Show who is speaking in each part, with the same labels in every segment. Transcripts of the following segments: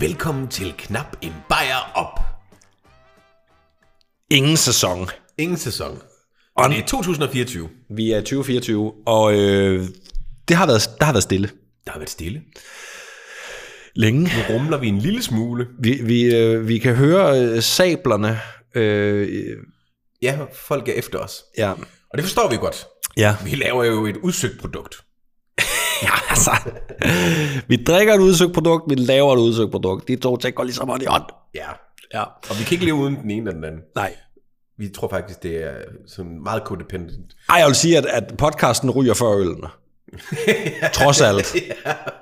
Speaker 1: Velkommen til Knap en Bajer Op.
Speaker 2: Ingen sæson.
Speaker 1: Ingen sæson.
Speaker 2: Og
Speaker 1: Det er 2024.
Speaker 2: vi er 2024, og øh, det har været, der har været stille
Speaker 1: Der har været stille.
Speaker 2: længe.
Speaker 1: Nu rumler vi en lille smule.
Speaker 2: Vi, vi, øh, vi kan høre øh, sablerne. Øh, øh,
Speaker 1: Ja, folk er efter os.
Speaker 2: ja.
Speaker 1: Og det forstår vi godt.
Speaker 2: ja.
Speaker 1: Vi laver jo et udsøgt produkt.
Speaker 2: Ja, altså. Vi drikker et udsøgt produkt, vi laver et udsøgt produkt. De to ting går ligesom hånd i hånd.
Speaker 1: Ja.
Speaker 2: Ja.
Speaker 1: Og vi kan ikke leve uden den ene eller den anden.
Speaker 2: Nej.
Speaker 1: Vi tror faktisk, det er sådan meget codependent.
Speaker 2: Ej, jeg vil sige, at, at podcasten ryger før ølene. Trods alt.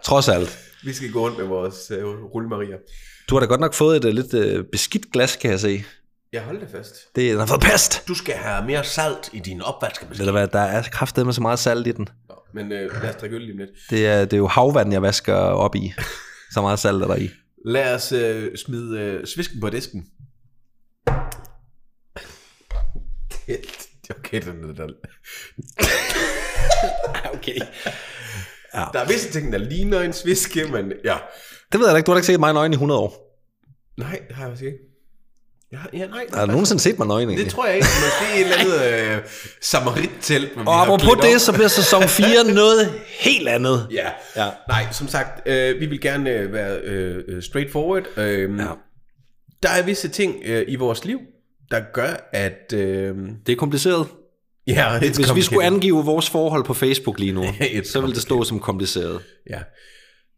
Speaker 2: Trods alt.
Speaker 1: Vi skal gå rundt med vores øh, rullemarier.
Speaker 2: Du har da godt nok fået et øh, lidt øh, beskidt glas, kan jeg se.
Speaker 1: Jeg holder det fast.
Speaker 2: Det den har fået pest.
Speaker 1: Du skal have mere salt i din opvaskemaskine.
Speaker 2: Ved du hvad, der er kraftedeme så meget salt i den.
Speaker 1: Nå, Men øh, lad os drikke øl lige om lidt.
Speaker 2: Det er, det er jo havvand, jeg vasker op i. Så meget salt er der i.
Speaker 1: Lad os øh, smide øh, svisken på disken. Det- Okay, den er der.
Speaker 2: Okay.
Speaker 1: Der er visse ting, der ligner en sviske, men ja.
Speaker 2: Det ved jeg da ikke. Du har da ikke set mig nøgen i 100 år.
Speaker 1: Nej, det har jeg faktisk ikke. Ja, ja nej.
Speaker 2: Har du nogensinde set mig nøgen egentlig?
Speaker 1: Det tror jeg ikke. Måske et eller andet øh, samarit-telt. hvor vi
Speaker 2: Og
Speaker 1: har
Speaker 2: apropos
Speaker 1: klædt op.
Speaker 2: det, så bliver sæson 4 noget helt andet.
Speaker 1: Ja.
Speaker 2: Ja.
Speaker 1: ja. Nej, som sagt, øh, vi vil gerne øh, være øh, øh, straightforward. Øh, ja.
Speaker 2: Ja.
Speaker 1: Der er visse ting øh, i vores liv, der gør, at... Øh,
Speaker 2: Det er kompliceret.
Speaker 1: ja,
Speaker 2: Hvis vi skulle angive vores forhold på Facebook lige nu,
Speaker 1: It's
Speaker 2: så ville det stå som kompliceret.
Speaker 1: Ja.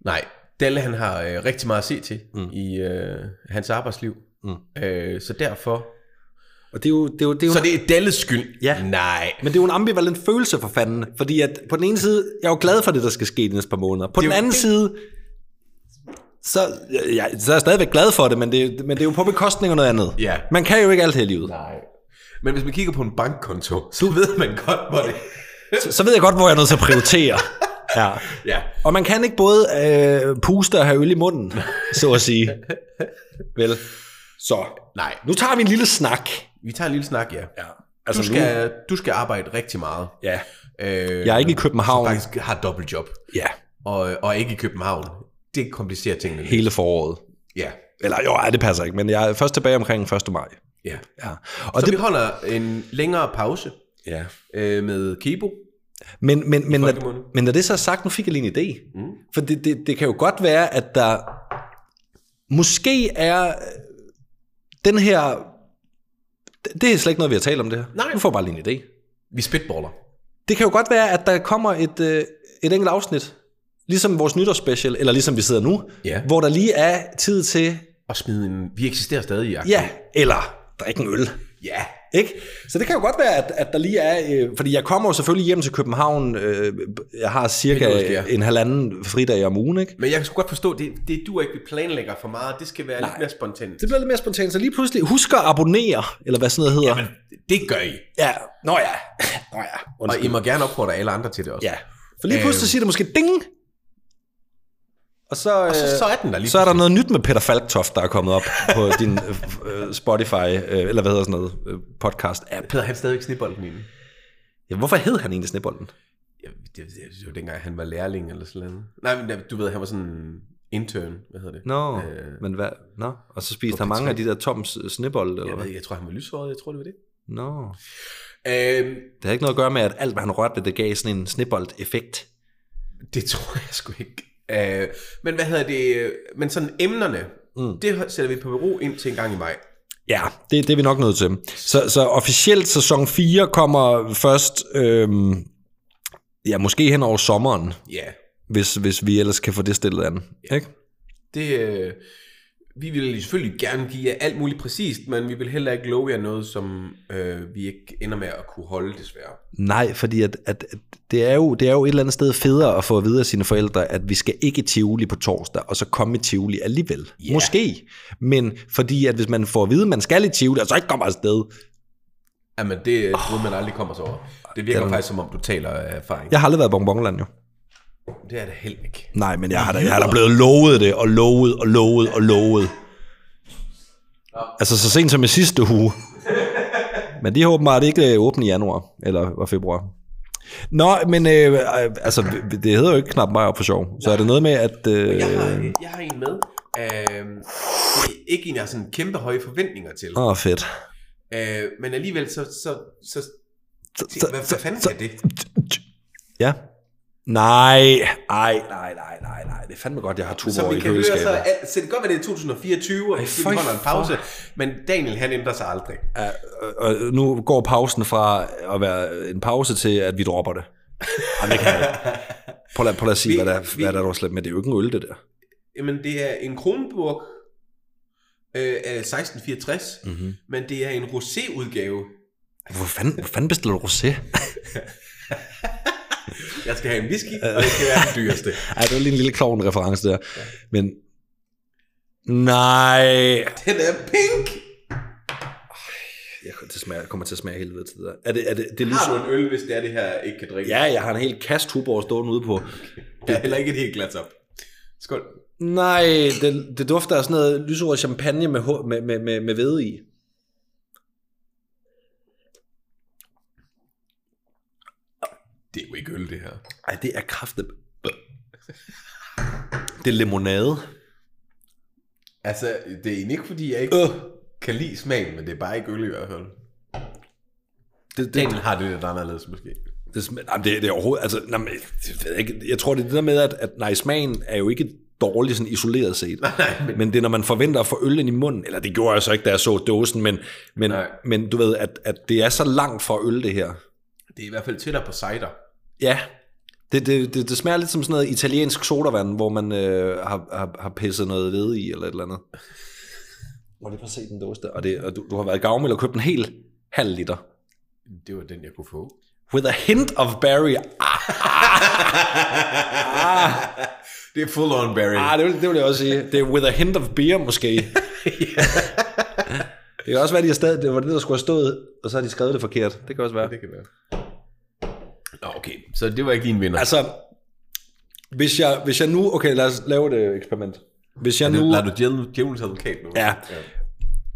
Speaker 1: Nej, Dalle han har øh, rigtig meget at se til mm. i øh, hans arbejdsliv. Mm. Øh, så derfor...
Speaker 2: Og det er jo, det er jo, det er jo
Speaker 1: Så det er Dalles skyld?
Speaker 2: Ja.
Speaker 1: Nej.
Speaker 2: Men det er jo en ambivalent følelse for fanden, fordi at på den ene side, jeg er jo glad for det, der skal ske de næste par måneder. På
Speaker 1: er
Speaker 2: den
Speaker 1: jo
Speaker 2: anden
Speaker 1: det.
Speaker 2: side, så, ja, så er jeg stadigvæk glad for det, men det, men det er jo på bekostning af noget andet.
Speaker 1: Ja.
Speaker 2: Man kan jo ikke alt her i livet.
Speaker 1: Nej. Men hvis man kigger på en bankkonto, så ved man godt, hvor det
Speaker 2: Så, så ved jeg godt, hvor jeg er nødt til at prioritere. ja.
Speaker 1: Ja.
Speaker 2: Og man kan ikke både øh, puste og have øl i munden, så at sige. Vel. Så,
Speaker 1: Nej.
Speaker 2: nu tager vi en lille snak.
Speaker 1: Vi tager en lille snak, ja.
Speaker 2: Ja.
Speaker 1: Altså,
Speaker 2: Altså
Speaker 1: du, skal, du skal arbejde rigtig meget.
Speaker 2: Ja.
Speaker 1: Øh,
Speaker 2: Jeg er ikke i København.
Speaker 1: Som faktisk har dobbeltjob.
Speaker 2: Ja,
Speaker 1: Og, og ikke i København. Det komplicerer tingene. lidt.
Speaker 2: hele foråret.
Speaker 1: Ja.
Speaker 2: Eller jo, ej, det passer ikke, men jeg er først tilbage omkring 1. maj.
Speaker 1: ja.
Speaker 2: Ja.
Speaker 1: Og
Speaker 2: Og
Speaker 1: så
Speaker 2: det,
Speaker 1: det... vi holder en længere pause
Speaker 2: ja.
Speaker 1: øh, med Kibo.
Speaker 2: Men, men, men,
Speaker 1: folkemunde.
Speaker 2: når, men når det så er sagt, nu fik jeg lige en idé. Mm. For det, det, det kan jo godt være, at der måske er øh, den her... det- Det er slet ikke noget, vi har talt om det her.
Speaker 1: Nej.
Speaker 2: Nu får jeg bare lige en idé.
Speaker 1: Vi spitballer.
Speaker 2: Det kan jo godt være, at der kommer et, øh, et enkelt afsnit, ligesom vores nytårsspecial, eller ligesom vi sidder nu,
Speaker 1: Ja.
Speaker 2: hvor der lige er tid til,
Speaker 1: Og smide en... Vi eksisterer stadig i
Speaker 2: ja, eller drikke en øl.
Speaker 1: ja.
Speaker 2: Ikke? Så det kan jo godt være, at, at der lige er... Øh, fordi jeg kommer jo selvfølgelig hjem til København. Øh, jeg har
Speaker 1: Periodisk,
Speaker 2: cirka
Speaker 1: ja.
Speaker 2: en halvanden fridag om ugen. Ikke?
Speaker 1: Men jeg kan sgu godt forstå, det, det du ikke vi planlægger for meget. Det skal være Nej. lidt mere spontant.
Speaker 2: Det bliver lidt mere spontant, så lige pludselig husk at abonnere, eller hvad sådan noget hedder.
Speaker 1: Men det gør I.
Speaker 2: Ja, nå ja. Nå ja.
Speaker 1: Og
Speaker 2: Undskyld.
Speaker 1: I må gerne opfordre alle andre til det også.
Speaker 2: ja. For lige pludselig
Speaker 1: Øhm.
Speaker 2: siger det måske ding. Og så,
Speaker 1: Og så,
Speaker 2: øh,
Speaker 1: så er den der lige
Speaker 2: så er der noget nyt med Peter Falktoft, der er kommet op på din øh, øh, Spotify, øh, eller hvad hedder sådan noget, øh, podcast-app.
Speaker 1: Peder, han stadigvæk snibolden inde.
Speaker 2: Ja, hvorfor hed han egentlig Snebolden?
Speaker 1: Ja, det, det, det var dengang, han var lærling eller sådan noget. Nej, men du ved, han var sådan en intern, hvad hedder det?
Speaker 2: Nå,
Speaker 1: Øh.
Speaker 2: øh, men hvad? Nå, og så spiste
Speaker 1: På
Speaker 2: han mange
Speaker 1: P3.
Speaker 2: af de der Toms øh, snebolde, eller
Speaker 1: Jeg, ved,
Speaker 2: hvad?
Speaker 1: ikke, jeg tror, han var lyshåret, jeg tror, det var det.
Speaker 2: Nå.
Speaker 1: Øhm,
Speaker 2: Det har ikke noget at gøre med, at alt, hvad han rørte ved, det gav sådan en snebold-effekt.
Speaker 1: det tror jeg sgu ikke. Øh, men hvad hedder det? øh, Men sådan emnerne, mm. det sætter vi på bero ind til en gang i maj.
Speaker 2: Ja, det, det er vi nok nødt til. Så, så officielt sæson 4 kommer først, øhm, ja, måske hen over sommeren,
Speaker 1: Ja,
Speaker 2: hvis, hvis vi ellers kan få det stillet an. Ikke?
Speaker 1: det... Øh, vi vil selvfølgelig gerne give jer alt muligt præcist, men vi vil heller ikke love jer noget, som øh, vi ikke ender med at kunne holde, desværre.
Speaker 2: Nej, fordi at, at, at det, er jo, det er jo et eller andet sted federe at få at vide af sine forældre, at vi skal ikke i Tivoli på torsdag, og så komme i Tivoli alligevel.
Speaker 1: Ja.
Speaker 2: Måske. Men fordi at hvis man får at vide, at man skal i Tivoli, og så ikke kommer afsted.
Speaker 1: Jamen, det er oh. man aldrig kommer sig over. Det virker
Speaker 2: Den-
Speaker 1: faktisk, som om du taler af erfaring. Ja.
Speaker 2: Jeg har aldrig været i Bonbonland jo.
Speaker 1: Det er det heller ikke.
Speaker 2: Nej, men jeg har, da, jeg har da blevet lovet det, og lovet, og lovet, og lovet. Altså så sent som i sidste uge. Men de har åbenbart ikke øh, åbent i januar, eller var februar. Nå, men øh, øh, altså, det hedder jo ikke knap mig op for sjov. Så er det noget med, at... Øh,
Speaker 1: Jeg har, jeg har en med. Øh, det er ikke en, jeg har sådan kæmpe høje forventninger til.
Speaker 2: Åh, oh, fedt.
Speaker 1: Øh, men alligevel, så... så, så,
Speaker 2: Så-
Speaker 1: så
Speaker 2: så-
Speaker 1: hvad, hvad
Speaker 2: så-
Speaker 1: fanden
Speaker 2: så-
Speaker 1: er det?
Speaker 2: Ja. Nej, ej, nej, nej, nej, nej. Det er fandme godt, jeg har to
Speaker 1: Som
Speaker 2: år
Speaker 1: vi
Speaker 2: i
Speaker 1: kan høre, så,
Speaker 2: køleskabet.
Speaker 1: er, så det kan godt være, det er 2024, og vi
Speaker 2: føj
Speaker 1: holder en
Speaker 2: for-
Speaker 1: pause, men Daniel, han ændrer sig aldrig.
Speaker 2: Ja, og- og nu går pausen fra at være en pause til, at vi dropper det. Jamen, det kan jeg ikke. Prøv at, prøv at sige,
Speaker 1: Vi-
Speaker 2: hvad der, er-
Speaker 1: vi-
Speaker 2: hvad der er slet. Men det er jo ikke en øl, det der.
Speaker 1: Jamen, det er en Kronenburg øh, af 1664,
Speaker 2: Mm-hmm.
Speaker 1: men det er en rosé-udgave.
Speaker 2: Hvor, fanden, hvor fanden bestiller du rosé?
Speaker 1: Jeg skal have en whisky, og det skal være den dyreste.
Speaker 2: Ej, det var lige en lille klovn reference der. Men nej.
Speaker 1: Den er pink!
Speaker 2: Jeg, kommer til at smage, jeg kommer til at smage helvede til det der. Er det, er det, det er lige
Speaker 1: Har
Speaker 2: så...
Speaker 1: du en øl, hvis det er det her, ikke kan drikke?
Speaker 2: Ja, jeg har en hel kast Tuborg stående ude på.
Speaker 1: Det er heller ikke et helt glas op. Skål.
Speaker 2: Nej, det, det dufter af sådan noget lyserød champagne med, hu- med, med, med, med hvede i.
Speaker 1: Det er jo ikke øl, det her.
Speaker 2: Ej, det er kraftigt. Det er limonade.
Speaker 1: Altså, det er egentlig ikke, fordi jeg ikke
Speaker 2: Øh,
Speaker 1: kan lide smagen, men det er bare ikke øl i hvert fald.
Speaker 2: det, det,
Speaker 1: Daniel har det lidt anderledes, måske.
Speaker 2: det, sm- jamen, det, det er overhovedet, altså, nej, men, jeg, ved ikke, jeg tror, det er det der med, at, at nej, smagen er jo ikke dårlig sådan isoleret set.
Speaker 1: Nej, men
Speaker 2: Men det er, når man forventer at få øl ind i munden, eller det gjorde jeg så ikke, da jeg så dåsen, men, men,
Speaker 1: Nej.
Speaker 2: men du ved, at, at det er så langt fra øl, det her.
Speaker 1: det er i hvert fald tættere på cider.
Speaker 2: Ja, det, det, det, det smager lidt som sådan noget italiensk sodavand, hvor man øh, har, har, har pisset noget ved i, eller et eller andet. Må lige prøve at se den dåse der. Og, det, og du, du har været gavmild og købt en hel halv liter.
Speaker 1: Det var den, jeg kunne få.
Speaker 2: With a hint of berry.
Speaker 1: Det er full on berry.
Speaker 2: Ah, det vil, det vil jeg også sige. Det er with a hint of beer, måske. Det kan også være, de har stadig, det var det, der skulle have stået, og så har de skrevet det forkert. Det kan også være.
Speaker 1: Det kan være. Nå, okay. Så det var ikke din vinder. Altså,
Speaker 2: Altså, hvis jeg, hvis jeg nu... Okay, lad os lave et øh, eksperiment. Hvis jeg nu...
Speaker 1: Lader du djævel- djævelens advokat nu?
Speaker 2: Ja.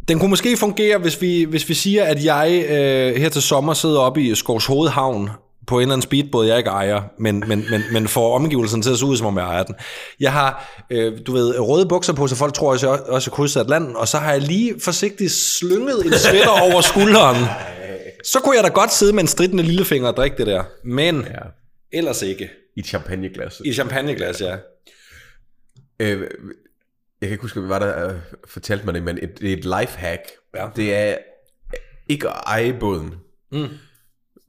Speaker 2: Den kunne måske fungere, hvis vi, hvis vi siger, at jeg øh, her til sommer sidder oppe i Skovs Hovedhavn på en eller anden speedbåd, jeg ikke ejer, men, men, men, men får omgivelsen til at se ud, som om jeg ejer den. Jeg har, øh, du ved, røde bukser på, så folk tror, at jeg også har krydset Atlanten, og så har jeg lige forsigtigt slynget en sweater over skulderen. Så kunne jeg da godt sidde med en stridende lillefinger og drikke det der. Men
Speaker 1: ja.
Speaker 2: ellers ikke.
Speaker 1: I et champagneglas.
Speaker 2: I champagneglas, ja.
Speaker 1: Øh, jeg kan ikke huske, hvad der øh, fortalte mig det, men et, det er et lifehack.
Speaker 2: Ja.
Speaker 1: Det er ikke at eje båden.
Speaker 2: Mm.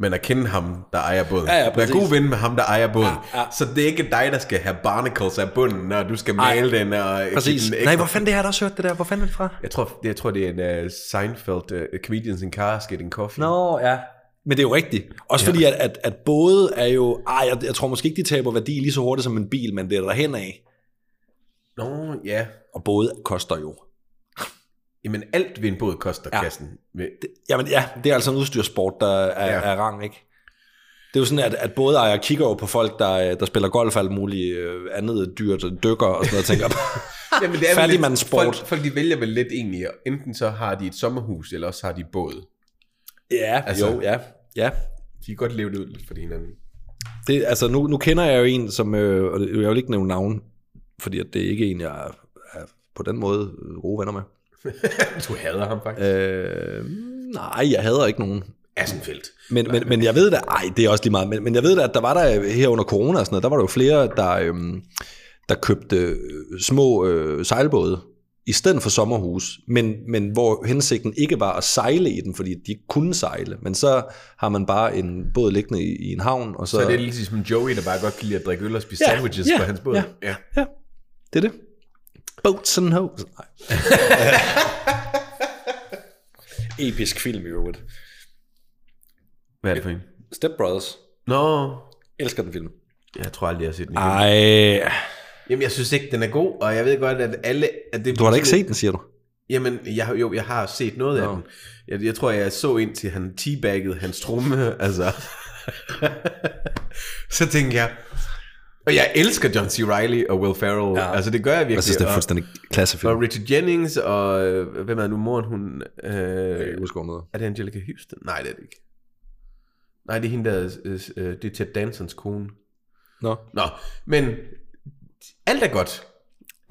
Speaker 1: Men at kende ham, der ejer båden.
Speaker 2: Ja, ja,
Speaker 1: Vær
Speaker 2: præcis.
Speaker 1: god ven med ham, der ejer båden.
Speaker 2: Ja, ja.
Speaker 1: Så det er ikke dig, der skal have barnacles af bunden, når du skal male den. Og
Speaker 2: Præcis.
Speaker 1: give den
Speaker 2: Nej,
Speaker 1: ekstra-
Speaker 2: hvor fanden det har jeg da også hørt det der? Hvor fanden er det fra?
Speaker 1: Jeg tror, jeg tror, det er en uh, Seinfeld, uh, Comedians in Cars Getting Coffee.
Speaker 2: Nå, ja. Men det er jo rigtigt. Også fordi, at, at, at både er jo... Ej, jeg, jeg tror måske ikke, de taber værdi lige så hurtigt som en bil, men det er der hen af.
Speaker 1: Nå, ja.
Speaker 2: Og både koster jo.
Speaker 1: Jamen, alt ved en båd koster ja.
Speaker 2: Ja.
Speaker 1: kassen. Ved-
Speaker 2: Jamen ja, det er altså en udstyrsport, der er,
Speaker 1: Ja.
Speaker 2: ja. er rang, ikke? Det er jo sådan, at, at både ejer kigger over på folk, der, øh, der spiller golf og alt muligt øh, andet dyrt, dykker og sådan noget, og tænker,
Speaker 1: Jamen, det er vel
Speaker 2: Fattigmandssport.
Speaker 1: Lidt, folk, folk, de vælger vel lidt egentlig, og enten så har de et sommerhus, eller også har de båd.
Speaker 2: ja,
Speaker 1: Altså-
Speaker 2: altså. jo, ja, ja.
Speaker 1: De kan godt leve det ud lidt for hinanden.
Speaker 2: Det, altså, nu, nu kender jeg jo en, som... Øh, og det- jeg vil ikke nævne navn, fordi at det er ikke en, jeg er, er på den måde øh, gode venner med.
Speaker 1: du hader ham faktisk. Øh.
Speaker 2: Øh, nej, jeg hader ikke nogen.
Speaker 1: Assenfeldt.
Speaker 2: Men, men, men jeg ved da, ej, det er også lige meget, men, men jeg ved da, at der var der øh, her under corona og sådan noget, der var der jo flere, der, øhm, der købte øh, små øh, sejlbåde i stedet for sommerhus, men, men hvor hensigten ikke var at sejle i den, fordi de ikke kunne sejle, men så har man bare en båd liggende i, i en havn, og så...
Speaker 1: Så det er lidt ligesom Joey, der bare godt kan lide at drikke øl og spise ja,
Speaker 2: Ja,
Speaker 1: sandwiches
Speaker 2: ja,
Speaker 1: på hans båd.
Speaker 2: ja.
Speaker 1: ja.
Speaker 2: Ja, det er det. Boats and hoes. Nej. Episk film i øvrigt.
Speaker 1: Hvad er det for en?
Speaker 2: Step Brothers.
Speaker 1: Nå,
Speaker 2: Elsker den film.
Speaker 1: jeg tror aldrig, jeg har set den igen.
Speaker 2: Ej,
Speaker 1: Jamen, jeg synes ikke, den er god, og jeg ved godt, at alle... At det
Speaker 2: du har da ikke set den, siger du?
Speaker 1: Jamen, jeg, har- jo, jeg har set noget
Speaker 2: Nå.
Speaker 1: af den. Jeg, jeg tror, jeg så ind til, han teabaggede hans tromme, altså. så tænkte jeg... Og jeg elsker John C. Reilly og Will Ferrell. Ja.
Speaker 2: Ja.
Speaker 1: Altså, det gør jeg virkelig.
Speaker 2: Jeg synes, det er
Speaker 1: og,
Speaker 2: fuldstændig klassefilm.
Speaker 1: og Richard Jennings, og øh, hvem er nu moren, hun...
Speaker 2: Jeg kan
Speaker 1: Øh,
Speaker 2: ikke huske noget.
Speaker 1: er det Angelica Houston? Nej, det er det ikke. Nej, det er hende, der... Øh, øh, det er Ted Dansons kone.
Speaker 2: Nå.
Speaker 1: Nå, men alt er godt.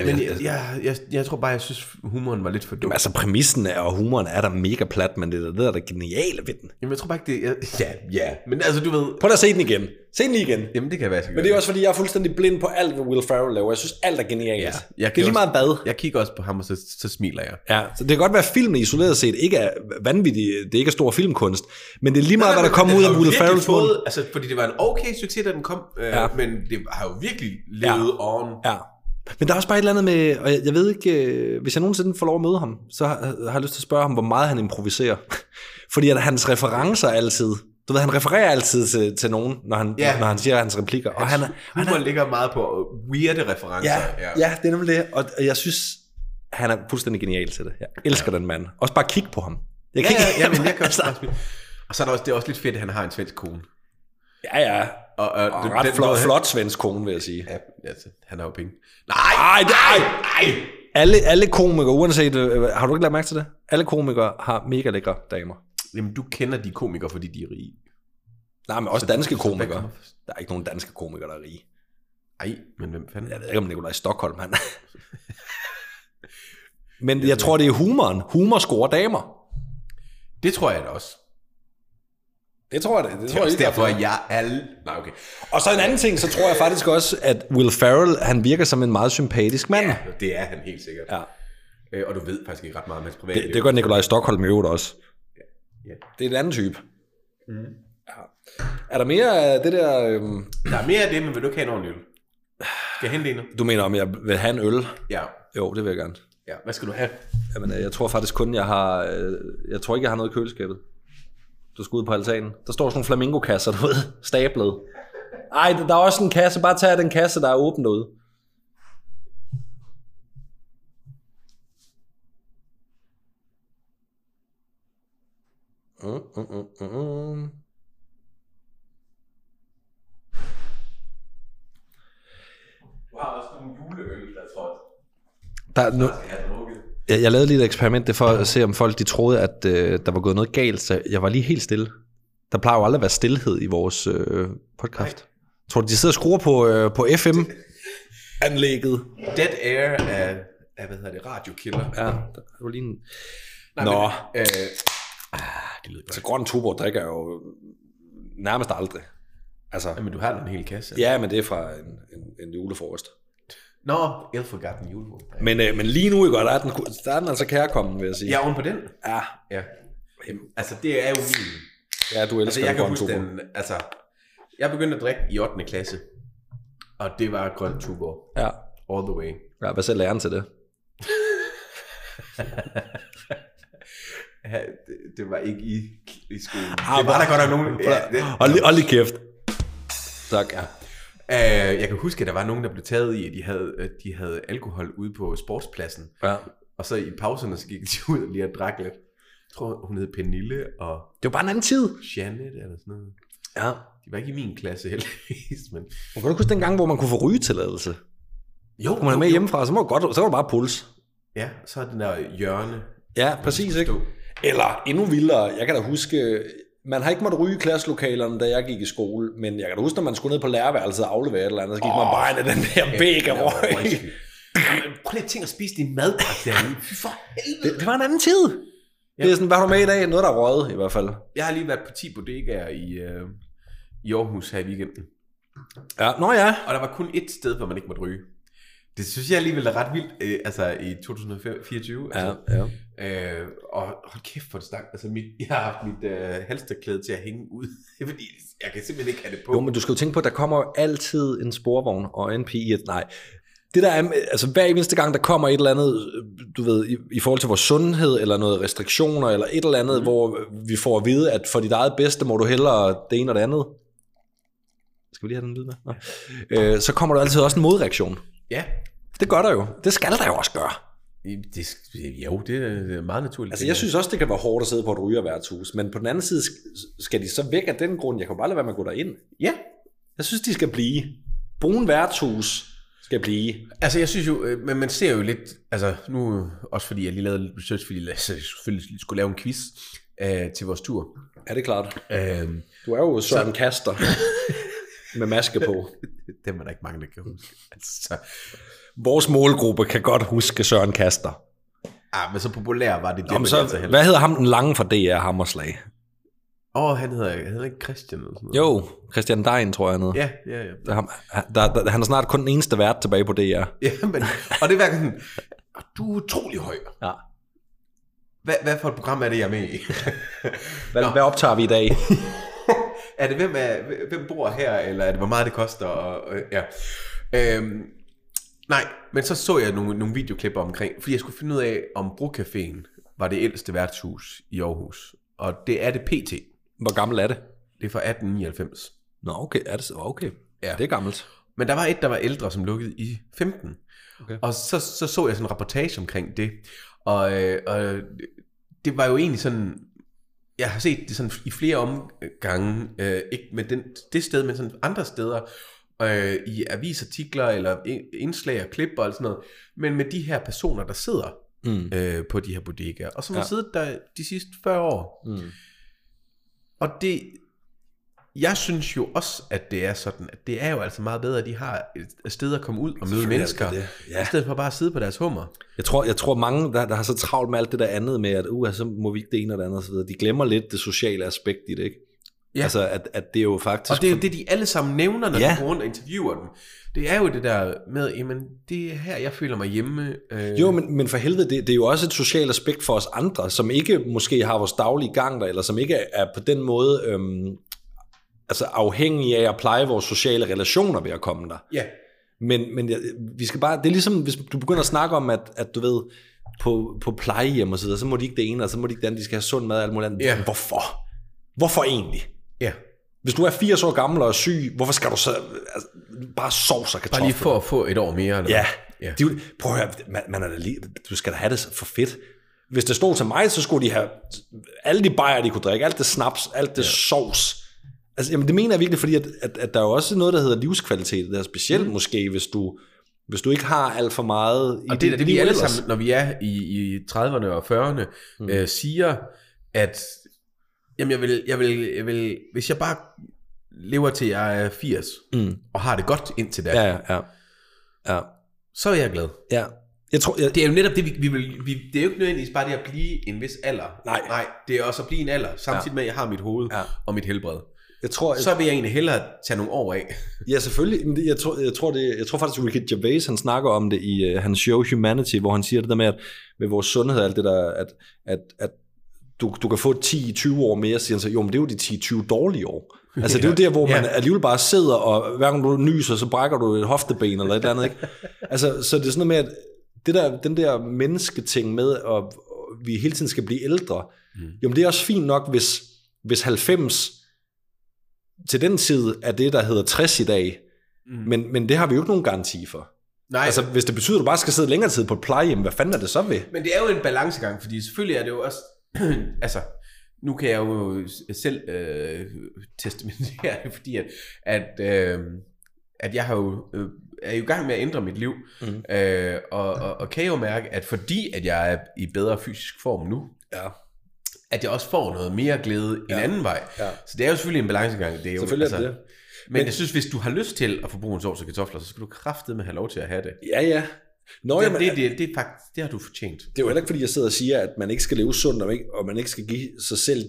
Speaker 1: Men jeg, jeg, jeg, jeg tror bare, jeg synes, humoren var lidt for dum.
Speaker 2: Jamen, altså præmissen er, og humoren er der mega plat, men det er det, der er det geniale ved den.
Speaker 1: Jamen, jeg tror bare ikke, det jeg, Ja, ja. Men altså, du ved...
Speaker 2: Prøv lige at se den igen. Se den lige igen.
Speaker 1: Jamen, det kan være,
Speaker 2: Men det er også fordi, jeg er fuldstændig blind på alt, hvad Will Ferrell laver. Jeg synes, alt er genialt. Ja,
Speaker 1: jeg
Speaker 2: det er
Speaker 1: kan
Speaker 2: lige meget
Speaker 1: også-
Speaker 2: bad.
Speaker 1: Jeg kigger også på ham, og så, så smiler jeg.
Speaker 2: Ja, så det kan godt være, at filmen isoleret set ikke er vanvittig, det er ikke er stor filmkunst, men det er lige meget, hvad der kommer ud af Will Ferrells mund.
Speaker 1: fået, altså, fordi det var en okay succes, da den kom, øh,
Speaker 2: Ja.
Speaker 1: ja. men det har jo virkelig levet ja. on.
Speaker 2: Ja. Men der er også bare et eller andet med, og jeg, jeg ved ikke, øh, hvis jeg nogensinde får lov at møde ham, så har, har jeg lyst til at spørge ham, hvor meget han improviserer. Fordi at hans referencer altid, du ved, han refererer altid til, til nogen, når han, ja.
Speaker 1: Ja.
Speaker 2: når han siger hans replikker. Og han, er- han er,
Speaker 1: Humoren ligger meget på øh, weirde referencer.
Speaker 2: ja, ja, det er nemlig det. Og og jeg synes, han er fuldstændig genial til det. Jeg elsker den mand. Også bare kig på ham. Jeg
Speaker 1: Ja,
Speaker 2: kan
Speaker 1: ja,
Speaker 2: ikke- Altså,
Speaker 1: ja, men jeg kan også bare smile. Og så er der også, det er også lidt fedt, at han har en svensk kone.
Speaker 2: ja, ja.
Speaker 1: Og, øh,
Speaker 2: Og
Speaker 1: den-
Speaker 2: ret
Speaker 1: den
Speaker 2: flot,
Speaker 1: måde-
Speaker 2: flot svensk kone, vil jeg sige.
Speaker 1: Ja, altså, han har jo penge. Nej,
Speaker 2: Ej, det- ej.
Speaker 1: ej.
Speaker 2: Alle, alle komikere, uanset, øh, har du ikke lagt mærke til det? Alle komikere har mega lækre damer.
Speaker 1: Jamen, du kender de komikere, fordi de er rige.
Speaker 2: Nej, men også danske
Speaker 1: så- så hvad
Speaker 2: komikere.
Speaker 1: kommer først?
Speaker 2: Der er ikke nogen danske komikere, der er rige.
Speaker 1: Ej, men hvem fanden?
Speaker 2: Jeg ved ikke, om Nikolaj Stockholm, han Men jeg tror, det er humoren. Humor scorer damer.
Speaker 1: Det tror jeg da også.
Speaker 2: Det tror jeg, det, det
Speaker 1: Det er også derfor, at jeg er... Nej, okay.
Speaker 2: Og så en anden ting, så tror jeg faktisk også, at Will Ferrell, han virker som en meget sympatisk mand.
Speaker 1: Ja, det er han helt sikkert.
Speaker 2: Ja.
Speaker 1: Øh, og du ved faktisk ikke ret meget om hans privatliv.
Speaker 2: Det, det gør Nikolaj Stockholm i øvrigt også.
Speaker 1: Ja.
Speaker 2: Det er en anden type. Mm. Ja. Er der mere af det der... Øhm,
Speaker 1: Der er mere af det, men vil du ikke have en ordentlig øl? Skal jeg hente en? nu?
Speaker 2: du mener, om jeg vil have en øl?
Speaker 1: Ja.
Speaker 2: Jo, det vil jeg gerne.
Speaker 1: ja. Hvad skal du have?
Speaker 2: Jamen, øh, jeg tror faktisk kun, jeg har... øh, Jeg tror ikke, jeg har noget i køleskabet. Du skal ud på altanen. Der står sådan nogle flamingokasser, du ved, stablet. Ej, der er også en kasse. Bare tag den kasse, der er åben derude. Mm, mm, mm, mm, mm.
Speaker 1: Du har også nogle juleøl, der tror jeg.
Speaker 2: Der, er nu,
Speaker 1: Jeg har drukket.
Speaker 2: jeg, jeg lavede lige et eksperiment det er for at se, om folk de troede, at øh, der var gået noget galt, så jeg var lige helt stille. Der plejer jo aldrig at være stillhed i vores øh, podcast. Nej. Tror du, de sidder og skruer på, øh, på FM-anlægget?
Speaker 1: Dead Air er, er hvad hedder det, radiokiller.
Speaker 2: Ja, der var lige en...
Speaker 1: Nej,
Speaker 2: Nå.
Speaker 1: Men, øh, ah, det lyder godt.
Speaker 2: Altså, grøn tubor drikker jeg jo nærmest aldrig. Altså,
Speaker 1: Jamen, du har da en hel kasse.
Speaker 2: ja, men det er fra en, en, en julefrokost.
Speaker 1: Nå, El Forgotten Julevåg.
Speaker 2: Men, øh, men lige nu, ikke, der er den, der er den altså kærkommen, vil jeg sige.
Speaker 1: Jeg er oven på den.
Speaker 2: ja,
Speaker 1: Ja. Altså, det er jo min.
Speaker 2: ja du elsker
Speaker 1: Altså, jeg
Speaker 2: en
Speaker 1: kan
Speaker 2: grøn
Speaker 1: huske
Speaker 2: tubor.
Speaker 1: den, altså, jeg begyndte at drikke i 8. klasse, og det var grøn tubor,
Speaker 2: Ja.
Speaker 1: all the way.
Speaker 2: ja, hvad selv læreren til det?
Speaker 1: Ja, det, det var ikke i, i skolen.
Speaker 2: Ah,
Speaker 1: det var
Speaker 2: hvor-
Speaker 1: der godt nok nogen. Ja, det,
Speaker 2: Hold, lige- hold lige kæft. Tak. Ja.
Speaker 1: øh, jeg kan huske, at der var nogen, der blev taget i, at de havde, at de havde alkohol ude på sportspladsen.
Speaker 2: ja.
Speaker 1: Og så i pauserne, så gik de ud og lige og drak lidt. Jeg tror, hun hed Pernille og
Speaker 2: Det var bare en anden tid.
Speaker 1: Janet eller sådan noget.
Speaker 2: Ja.
Speaker 1: De var ikke i min klasse heldigvis, men...
Speaker 2: Man kan du huske den gang, hvor man kunne få rygetilladelse?
Speaker 1: Jo,
Speaker 2: Kunne man have med hjemmefra, så, må du godt, så var det bare puls.
Speaker 1: Ja, så er den der hjørne.
Speaker 2: Ja, præcis, ikke?
Speaker 1: Stå.
Speaker 2: Eller endnu vildere, jeg kan da huske, man har ikke måttet ryge i klasselokalerne, da jeg gik i skole, men jeg kan da huske, når man skulle ned på lærerværelset og aflevere et eller andet, så gik oh, man bare ind i den der bæk af
Speaker 1: Den er
Speaker 2: røg.
Speaker 1: røgsky. Jamen, Prøv lige at tænke at spise din madpakke derinde. Fy for helvede.
Speaker 2: Det, det var en anden tid. Ja. Det er sådan, hvad har du med i dag? Noget, der er røget i hvert fald.
Speaker 1: Jeg har lige været på 10 bodegaer i, øh, i Aarhus her i weekenden.
Speaker 2: Ja, nå ja.
Speaker 1: Og der var kun ét sted, hvor man ikke måtte ryge. Det synes jeg alligevel er ret vildt, øh, altså i 2024.
Speaker 2: Ja,
Speaker 1: Altså,
Speaker 2: ja.
Speaker 1: øh, og hold kæft for det stank. Altså, mit, jeg har haft mit øh, halsterklæde til at hænge ud, fordi jeg kan simpelthen ikke have det på.
Speaker 2: Jo, men du skal jo tænke på, at der kommer jo altid en sporvogn og en pige. et- Nej, det der er, altså hver eneste gang, der kommer et eller andet, øh, du ved, i, i forhold til vores sundhed, eller noget restriktioner, eller et eller andet, mm. hvor vi får at vide, at for dit eget bedste må du hellere det ene og det andet. Skal vi lige have den lyd med? Nå. Øh, så kommer der altid også en modreaktion.
Speaker 1: Ja,
Speaker 2: Det gør der jo. Det skal der jo også gøre.
Speaker 1: det, jo, det er meget naturligt.
Speaker 2: Altså jeg synes også, det kan være hårdt at sidde på et rygerværtshus, men på den anden side sk- skal de så væk af den grund. Jeg kan jo bare lade være med at gå derind.
Speaker 1: Ja,
Speaker 2: Jeg synes, de skal blive. Brun værtshus skal blive.
Speaker 1: Altså, jeg synes jo, øh, men man ser jo lidt, altså nu, øh, også fordi jeg lige lavede lidt research, fordi jeg så selvfølgelig skulle lave en quiz øh, til vores tur.
Speaker 2: Ja, det er klart.
Speaker 1: Øh,
Speaker 2: Du er jo Søren Kaster. med maske på.
Speaker 1: Dem er der ikke mange, der kan huske. Altså,
Speaker 2: Vores målgruppe kan godt huske Søren Kaster.
Speaker 1: ah, men så populær var det.
Speaker 2: Jamen, så, hvad hedder ham den lange fra DR Hammerslag?
Speaker 1: Åh, oh, han hedder, han hedder ikke Christian eller sådan noget.
Speaker 2: Jo, Christian Dein, tror jeg. Noget.
Speaker 1: Ja, ja, ja.
Speaker 2: Det er ham. Han- Der, der, han er snart kun den eneste vært tilbage på DR.
Speaker 1: ja men, og det er hverken sådan, "Åh, du er utrolig høj.
Speaker 2: Ja.
Speaker 1: Hvad, hvad for et program er det, jeg er med i?
Speaker 2: Hvad, hvad optager vi i dag?
Speaker 1: er det, hvem, er, hvem bor her, eller er det, hvor meget det koster? Og, og, ja. øhm, nej, men så så jeg nogle, nogle videoklipper omkring, fordi jeg skulle finde ud af, om Brocaféen var det ældste værtshus i Aarhus. Og det er det PT.
Speaker 2: Hvor gammel er det?
Speaker 1: Det er fra 1899.
Speaker 2: Nå, okay. Er det, så- okay.
Speaker 1: Ja.
Speaker 2: Det er gammelt.
Speaker 1: Men der var et, der var ældre, som lukkede i 15.
Speaker 2: Okay.
Speaker 1: Okay. Og så, så så jeg sådan en reportage omkring det. Og, øh, og det var jo egentlig sådan... Jeg har set det sådan i flere omgange, øh, ikke med den, det sted, men sådan andre steder, øh, i avisartikler eller i- indslag og klip og sådan noget, men med de her personer, der sidder
Speaker 2: Mm.
Speaker 1: øh, på de her bodegaer, og som ja.
Speaker 2: Ja.
Speaker 1: har siddet der de sidste 40 år.
Speaker 2: Mm.
Speaker 1: Og det, jeg synes jo også, at det er sådan, at det er jo altså meget bedre, at de har et sted at komme ud og møde
Speaker 2: Selvfølgelig er det
Speaker 1: mennesker,
Speaker 2: det, ja.
Speaker 1: ja. i stedet for bare at sidde på deres hummer.
Speaker 2: Jeg tror, jeg tror mange, der, der har så travlt med alt det der andet med, at uh, så må vi ikke det ene og det andet osv., de glemmer lidt det sociale aspekt i det, ikke?
Speaker 1: Ja.
Speaker 2: Altså, at, at det er jo faktisk...
Speaker 1: Og det er jo det, de alle sammen nævner, når ja.
Speaker 2: Ja.
Speaker 1: de går rundt og interviewer dem. Det er jo det der med, jamen, det er her, jeg føler mig hjemme. Øh,
Speaker 2: Jo, men, men for helvede, det, det er jo også et socialt aspekt for os andre, som ikke måske har vores daglige gang der, eller som ikke er på den måde øhm, altså afhængige af at pleje vores sociale relationer ved at komme der.
Speaker 1: Ja,
Speaker 2: Men, men jeg, vi skal bare, det er ligesom, hvis du begynder at snakke om, at, at du ved, på, på plejehjem og så videre, så må de ikke det ene, og så må de ikke det andet, de skal have sund mad og alt muligt andet.
Speaker 1: Ja.
Speaker 2: Hvorfor? Hvorfor egentlig?
Speaker 1: ja.
Speaker 2: Hvis du er 80 år gammel og er syg, hvorfor skal du så altså, bare sovs og kartofler?
Speaker 1: Bare lige for at få et år mere. Eller
Speaker 2: Ja.
Speaker 1: Ja.
Speaker 2: ja. De, vil- prøv at høre, man, man er da lige, du skal da have det for fedt. Hvis det stod til mig, så skulle de have alle de bajer, de kunne drikke, alt det snaps, alt det ja. sovs. Altså, jamen, det mener jeg virkelig, fordi at, at, at der er jo også noget, der hedder livskvalitet. Der er specielt mm. måske, hvis du, hvis du ikke har alt for meget i
Speaker 1: Og det er
Speaker 2: dit
Speaker 1: det, vi
Speaker 2: liv
Speaker 1: alle
Speaker 2: ellers.
Speaker 1: sammen, når vi er i, i 30'erne og 40'erne, mm. øh, siger, at jamen jeg vil, jeg vil, jeg vil, hvis jeg bare lever til jeg er 80, mm. og har det godt indtil da, ja.
Speaker 2: Ja, ja, ja.
Speaker 1: så er jeg glad.
Speaker 2: ja. Jeg tror, jeg,
Speaker 1: Det er jo netop det, vi, vi vil, vi, det er jo ikke nødvendigvis bare det at blive en vis alder.
Speaker 2: Nej.
Speaker 1: Nej, det er også at blive en alder, samtidig med, at jeg har mit hoved ja.
Speaker 2: Ja.
Speaker 1: og mit helbred.
Speaker 2: jeg tror, jeg,
Speaker 1: Så vil jeg egentlig hellere tage nogle år af.
Speaker 2: Ja, selvfølgelig. Men det- Jeg tror, jeg tror, det, jeg tror faktisk, at Ricky Gervais han snakker om det i uh, hans show Humanity, hvor han siger det der med, at med vores sundhed og alt det der, at, at, at du, du kan få 10-20 år mere, siger han så, jo, men det er jo de 10-20 dårlige år. Altså, det er jo der, hvor man
Speaker 1: Ja.
Speaker 2: alligevel bare sidder, og hver gang du nyser, så brækker du et hofteben eller et eller andet, ikke? Altså, så det er sådan noget med, at det der, den der mennesketing med, at og vi hele tiden skal blive ældre, mm. jo, men det er også fint nok, hvis, hvis 90 til den side er det, der hedder 60 i dag, mm. men, men det har vi jo ikke nogen garanti for.
Speaker 1: Nej,
Speaker 2: Altså, hvis det betyder, at du bare skal sidde længere tid på et plejehjem, hvad fanden er det så ved?
Speaker 1: Men det er jo en balancegang, fordi selvfølgelig er det jo også... altså, nu kan jeg jo s- selv øh, testamentere det, fordi at, at, øh, at jeg har jo, øh, er jo i gang med at ændre mit liv, mm. øh, og, og, og kan jo mærke, at fordi at jeg er i bedre fysisk form nu,
Speaker 2: Ja.
Speaker 1: at jeg også får noget mere glæde ja. en anden vej.
Speaker 2: Ja.
Speaker 1: Så det er jo selvfølgelig en balancegang. Det er jo, altså.
Speaker 2: Selvfølgelig er det det.
Speaker 1: Men, men jeg synes, hvis du har lyst til at forbruge en sovs og kartofler, så skal du kraftedeme have lov til at have det.
Speaker 2: Ja, ja. Nå,
Speaker 1: Og
Speaker 2: jamen,
Speaker 1: jamen,
Speaker 2: det,
Speaker 1: det, det, det, er faktisk, det har du fortjent.
Speaker 2: det er jo heller ikke, fordi jeg sidder og siger, at man ikke skal leve sundt, og, ikke, og man ikke skal give sig selv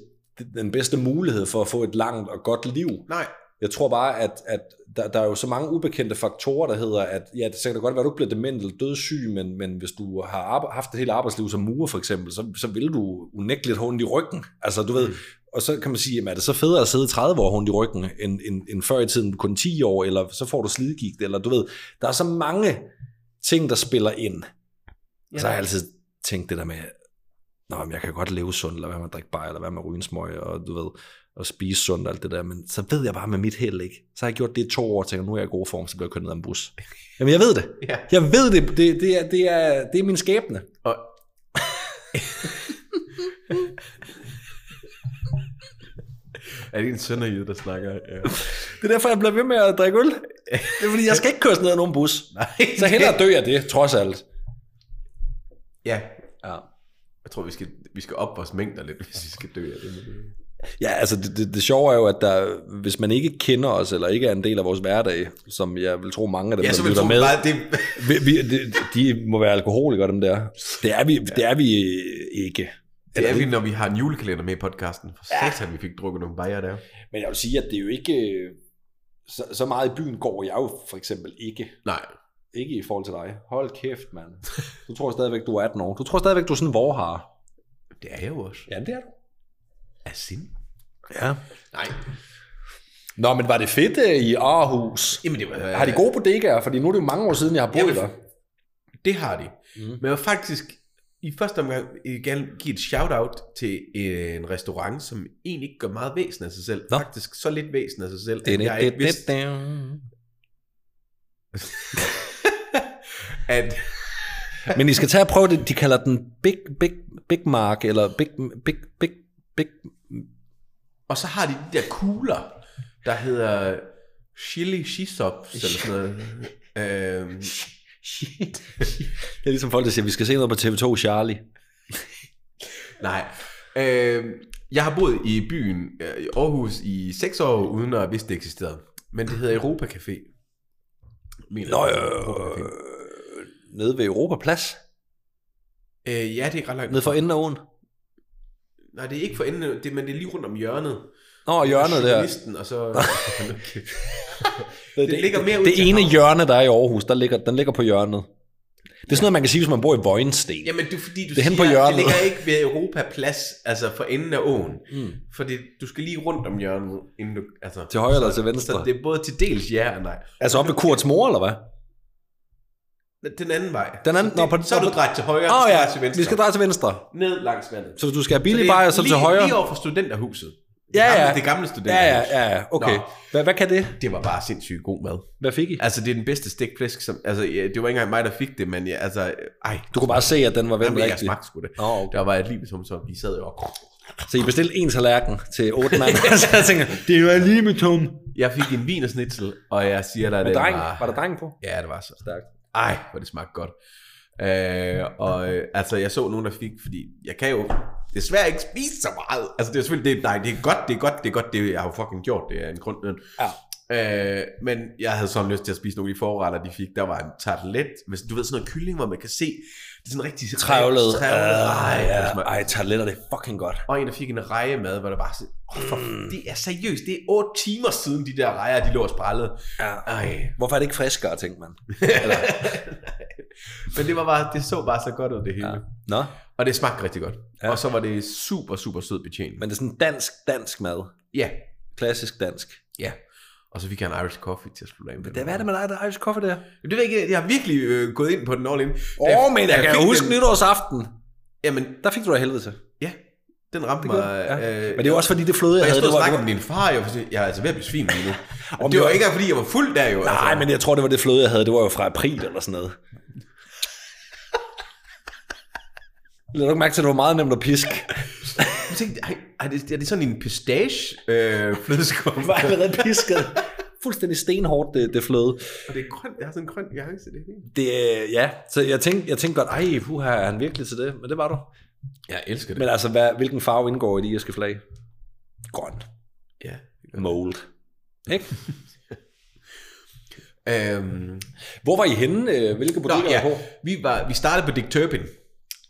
Speaker 2: den bedste mulighed for at få et langt og godt liv.
Speaker 1: Nej,
Speaker 2: Jeg tror bare, at, at der, der er jo så mange ubekendte faktorer, der hedder, at ja, det kan da godt være, at du ikke bliver dement eller dødssyg, men, men hvis du har arbe- haft et helt arbejdsliv som murer for eksempel, så, så vil du unægteligt have ondt i ryggen. Altså, du ved, og så kan man sige, jamen, er det så federe at sidde 30 år ondt i ryggen, end, end, end før i tiden kun 10 år, eller så får du slidgigt, eller du ved, der er så mange ting, der spiller ind. Ja. Så har jeg altid tænkt det der med, Nå, men jeg kan godt leve sundt, eller hvad med at drikke bajer, eller hvad med at ryge en smøg, og du ved, og spise sundt og alt det der, men så ved jeg bare med mit held ikke. Så har jeg gjort det i to år, og tænker, nu er jeg i god form, så bliver jeg kørt ned af en bus. Jamen jeg ved det.
Speaker 1: Ja.
Speaker 2: Jeg ved det. Det, det, er, det, er, det er min skæbne.
Speaker 1: Og... er det en sønderjyde, der snakker? Ja.
Speaker 2: Det er derfor, jeg bliver ved med at drikke øl. Det er fordi, jeg skal ikke køres ned af nogen bus.
Speaker 1: Nej.
Speaker 2: Så hellere dø af det, trods alt.
Speaker 1: Ja,
Speaker 2: Ja.
Speaker 1: jeg tror, vi skal, vi skal op vores mængder lidt, hvis vi skal dø af det.
Speaker 2: Ja, altså det, det, det sjove er jo, at der, hvis man ikke kender os, eller ikke er en del af vores hverdag, som jeg vil tro mange af dem,
Speaker 1: Ja, så
Speaker 2: der
Speaker 1: vil du
Speaker 2: lytter med,
Speaker 1: bare, det,
Speaker 2: vi, vi, de, de må være alkoholikere, dem der. Det er vi, ja. det er vi ikke.
Speaker 1: det er vi, når vi har en julekalender med i podcasten. For satan, vi fik drukket nogle bajer der.
Speaker 2: Men jeg vil sige, at det er jo ikke... øh, Så, så meget i byen går jeg jo for eksempel ikke.
Speaker 1: Nej,
Speaker 2: Ikke i forhold til dig. Hold kæft, mand. Du tror stadigvæk, du er 18 år. Du tror stadigvæk, du er sådan en vorhar.
Speaker 1: det er jeg jo også.
Speaker 2: Ja, det er du.
Speaker 1: Er sind?
Speaker 2: Ja.
Speaker 1: Nej.
Speaker 2: Nå, men var det fedt øh, i Aarhus?
Speaker 1: Jamen, det var...
Speaker 2: Har de gode bodegaer? Fordi nu er det jo mange år siden, jeg har boet
Speaker 1: Jamen,
Speaker 2: der.
Speaker 1: Det har de.
Speaker 2: Mm.
Speaker 1: Mm. Men jeg vil faktisk i første omgang øh, gerne give et shout-out til en restaurant, som egentlig ikke gør meget væsen af sig selv.
Speaker 2: Nå.
Speaker 1: Nå. Faktisk så lidt væsen af sig selv, at jeg ikke vidste, at...
Speaker 2: Men I skal tage og prøve det. De kalder den Big, Big, Big Mark, eller Big, Big, Big, Big...
Speaker 1: Og så har de de der kugler, der hedder chili shisops, eller sådan noget. øhm,
Speaker 2: Shit. Det er ligesom folk, der siger, vi skal se noget på TV2 Charlie.
Speaker 1: nej. Øhm, jeg har boet i byen øh, i Aarhus i seks år, uden at vidste, det eksisterede. Men det hedder Europa Café. Mener
Speaker 2: Nå,
Speaker 1: jeg.
Speaker 2: øh, nede ved Europaplads.
Speaker 1: Øh, ja, det er ikke ret langt.
Speaker 2: Nede for enden af åen.
Speaker 1: Nej, det er ikke for enden, af- det, men det er lige rundt om hjørnet.
Speaker 2: Nå, hjørnet der. Det,
Speaker 1: Journalisten, og så... Okay.
Speaker 2: det,
Speaker 1: ligger mere ud
Speaker 2: det,
Speaker 1: til
Speaker 2: det ene
Speaker 1: havnen.
Speaker 2: hjørne, der er i Aarhus, der ligger, den ligger på hjørnet. Det er sådan noget, man kan sige, hvis man bor i Vojnsten.
Speaker 1: Jamen, du, fordi du
Speaker 2: Det er henne
Speaker 1: siger,
Speaker 2: på hjørnet.
Speaker 1: det ligger ikke ved Europaplads, altså for enden af åen.
Speaker 2: Mm.
Speaker 1: For det, du skal lige rundt om hjørnet, inden du... Altså,
Speaker 2: Til højre eller til
Speaker 1: så
Speaker 2: venstre.
Speaker 1: det er både til dels ja og nej.
Speaker 2: Altså op ved Kurts mor, eller hvad?
Speaker 1: Den anden vej.
Speaker 2: Den anden-
Speaker 1: så,
Speaker 2: nå,
Speaker 1: det,
Speaker 2: på-
Speaker 1: så er du drejet til højre,
Speaker 2: Åh oh,
Speaker 1: så
Speaker 2: ja,
Speaker 1: drejer til venstre.
Speaker 2: vi skal dreje til venstre.
Speaker 1: Ned langs vandet.
Speaker 2: Så hvis du skal have
Speaker 1: det
Speaker 2: billig
Speaker 1: er
Speaker 2: bajer, så
Speaker 1: lige,
Speaker 2: til højre.
Speaker 1: Lige over for studenterhuset. Det
Speaker 2: Ja,
Speaker 1: gamle-
Speaker 2: ja.
Speaker 1: Det gamle
Speaker 2: Ja, ja,
Speaker 1: studenterhus.
Speaker 2: ja, ja, okay.
Speaker 1: Nå.
Speaker 2: Hvad, hvad kan det?
Speaker 1: Det var bare sindssygt god mad.
Speaker 2: Hvad fik I?
Speaker 1: Altså, det er den bedste stikflæsk, som... Altså, ja, det var ikke engang mig, der fik det, men ja, altså... Ej,
Speaker 2: Du kunne bare se, at den var vendt
Speaker 1: Jamen, jeg
Speaker 2: rigtig.
Speaker 1: smagte sgu det.
Speaker 2: Nå, okay.
Speaker 1: Der var et liv, som så vi sad jo og...
Speaker 2: Så I bestilte en tallerken til otte mand. så jeg tænker, det var lige med tom.
Speaker 1: Jeg fik en vin og snitsel, og jeg siger dig,
Speaker 2: Med
Speaker 1: det
Speaker 2: dreng.
Speaker 1: var...
Speaker 2: Var der dreng på?
Speaker 1: Ja, det var så.
Speaker 2: Stærkt.
Speaker 1: Ej, hvor det smagte godt. Øh, og øh, altså, jeg så nogen, der fik, fordi jeg kan jo desværre ikke spise så meget. Altså, det er selvfølgelig, det, nej, det er godt, det er godt, det er godt, det jeg har jo fucking gjort, det er en grund. Men,
Speaker 2: Ja.
Speaker 1: øh, men jeg havde sådan lyst til at spise nogle af de forretter, de fik. Der var en tartelet, hvis du ved sådan noget kylling, hvor man kan se, det er sådan rigtig
Speaker 2: Trævlet.
Speaker 1: trævlet. Ej,
Speaker 2: Ej,
Speaker 1: hvor det smagte-
Speaker 2: ja. Ej, tarteletter, det er fucking godt.
Speaker 1: Og en, der fik en rejemad, hvor der bare sådan, oh, for,
Speaker 2: Mm.
Speaker 1: det er seriøst, det er 8 timer siden, de der rejer, de lå og sprællede.
Speaker 2: Ja.
Speaker 1: Ej.
Speaker 2: Hvorfor er det ikke friskere, tænkte man?
Speaker 1: Men det, var bare, det så bare så godt ud, det hele.
Speaker 2: Ja.
Speaker 1: Ja.
Speaker 2: Nå,
Speaker 1: Og det smagte rigtig godt.
Speaker 2: Ja.
Speaker 1: Ja. Og så var det super, super sød betjening.
Speaker 2: men
Speaker 1: Men...
Speaker 2: det er sådan dansk, dansk mad.
Speaker 1: Ja,
Speaker 2: Klassisk dansk.
Speaker 1: ja. Og så fik jeg en Irish coffee til at slutte af med.
Speaker 2: Det, hvad er det med dig, der er Irish coffee der?
Speaker 1: Jamen, det ved jeg ikke, jeg har virkelig øh, gået ind på den all in.
Speaker 2: Åh,
Speaker 1: Da
Speaker 2: oh, men jeg
Speaker 1: da
Speaker 2: kan
Speaker 1: fik
Speaker 2: jo huske
Speaker 1: den,
Speaker 2: nytårsaften.
Speaker 1: Jamen,
Speaker 2: Der fik du da helvede til.
Speaker 1: ja, den ramte
Speaker 2: Det
Speaker 1: mig.
Speaker 2: gjorde den,
Speaker 1: øh,
Speaker 2: Men det var også fordi, det fløde,
Speaker 1: og
Speaker 2: jeg
Speaker 1: jeg
Speaker 2: havde,
Speaker 1: stod
Speaker 2: det
Speaker 1: og
Speaker 2: var...
Speaker 1: snakkede
Speaker 2: det
Speaker 1: med min far, jeg, var sådan, jeg er altså ved at blive svim lige nu. Og
Speaker 2: Om
Speaker 1: det
Speaker 2: jeg-
Speaker 1: var ikke engang, fordi jeg var fuld der jo.
Speaker 2: var- Nej,
Speaker 1: altså.
Speaker 2: men jeg tror, det var det fløde, jeg havde. Det var jo fra april eller sådan noget. Lad du ikke mærke til, at det var meget nemt at piske.
Speaker 1: Jeg tænkte, ej, ej, det, er det sådan en pistache øh, flødeskum?
Speaker 2: Det var allerede pisket. Fuldstændig stenhårdt, det, det fløde.
Speaker 1: Og det er grønt, jeg har sådan en grøn nuance i det hele.
Speaker 2: Det, øh, ja, så jeg tænkte, jeg tænkte godt, ej, puha, er han virkelig til det? Men det var du.
Speaker 1: Jeg elsker det.
Speaker 2: Men altså, hvad, hvilken farve indgår i det irske flag? Grøn.
Speaker 1: Ja.
Speaker 2: Mold. Ikke?
Speaker 1: Øhm,
Speaker 2: Hvor var I henne? øh, Hvilke
Speaker 1: nå,
Speaker 2: butikker var
Speaker 1: ja,
Speaker 2: I på?
Speaker 1: vi, var, vi startede på Dick Turpin.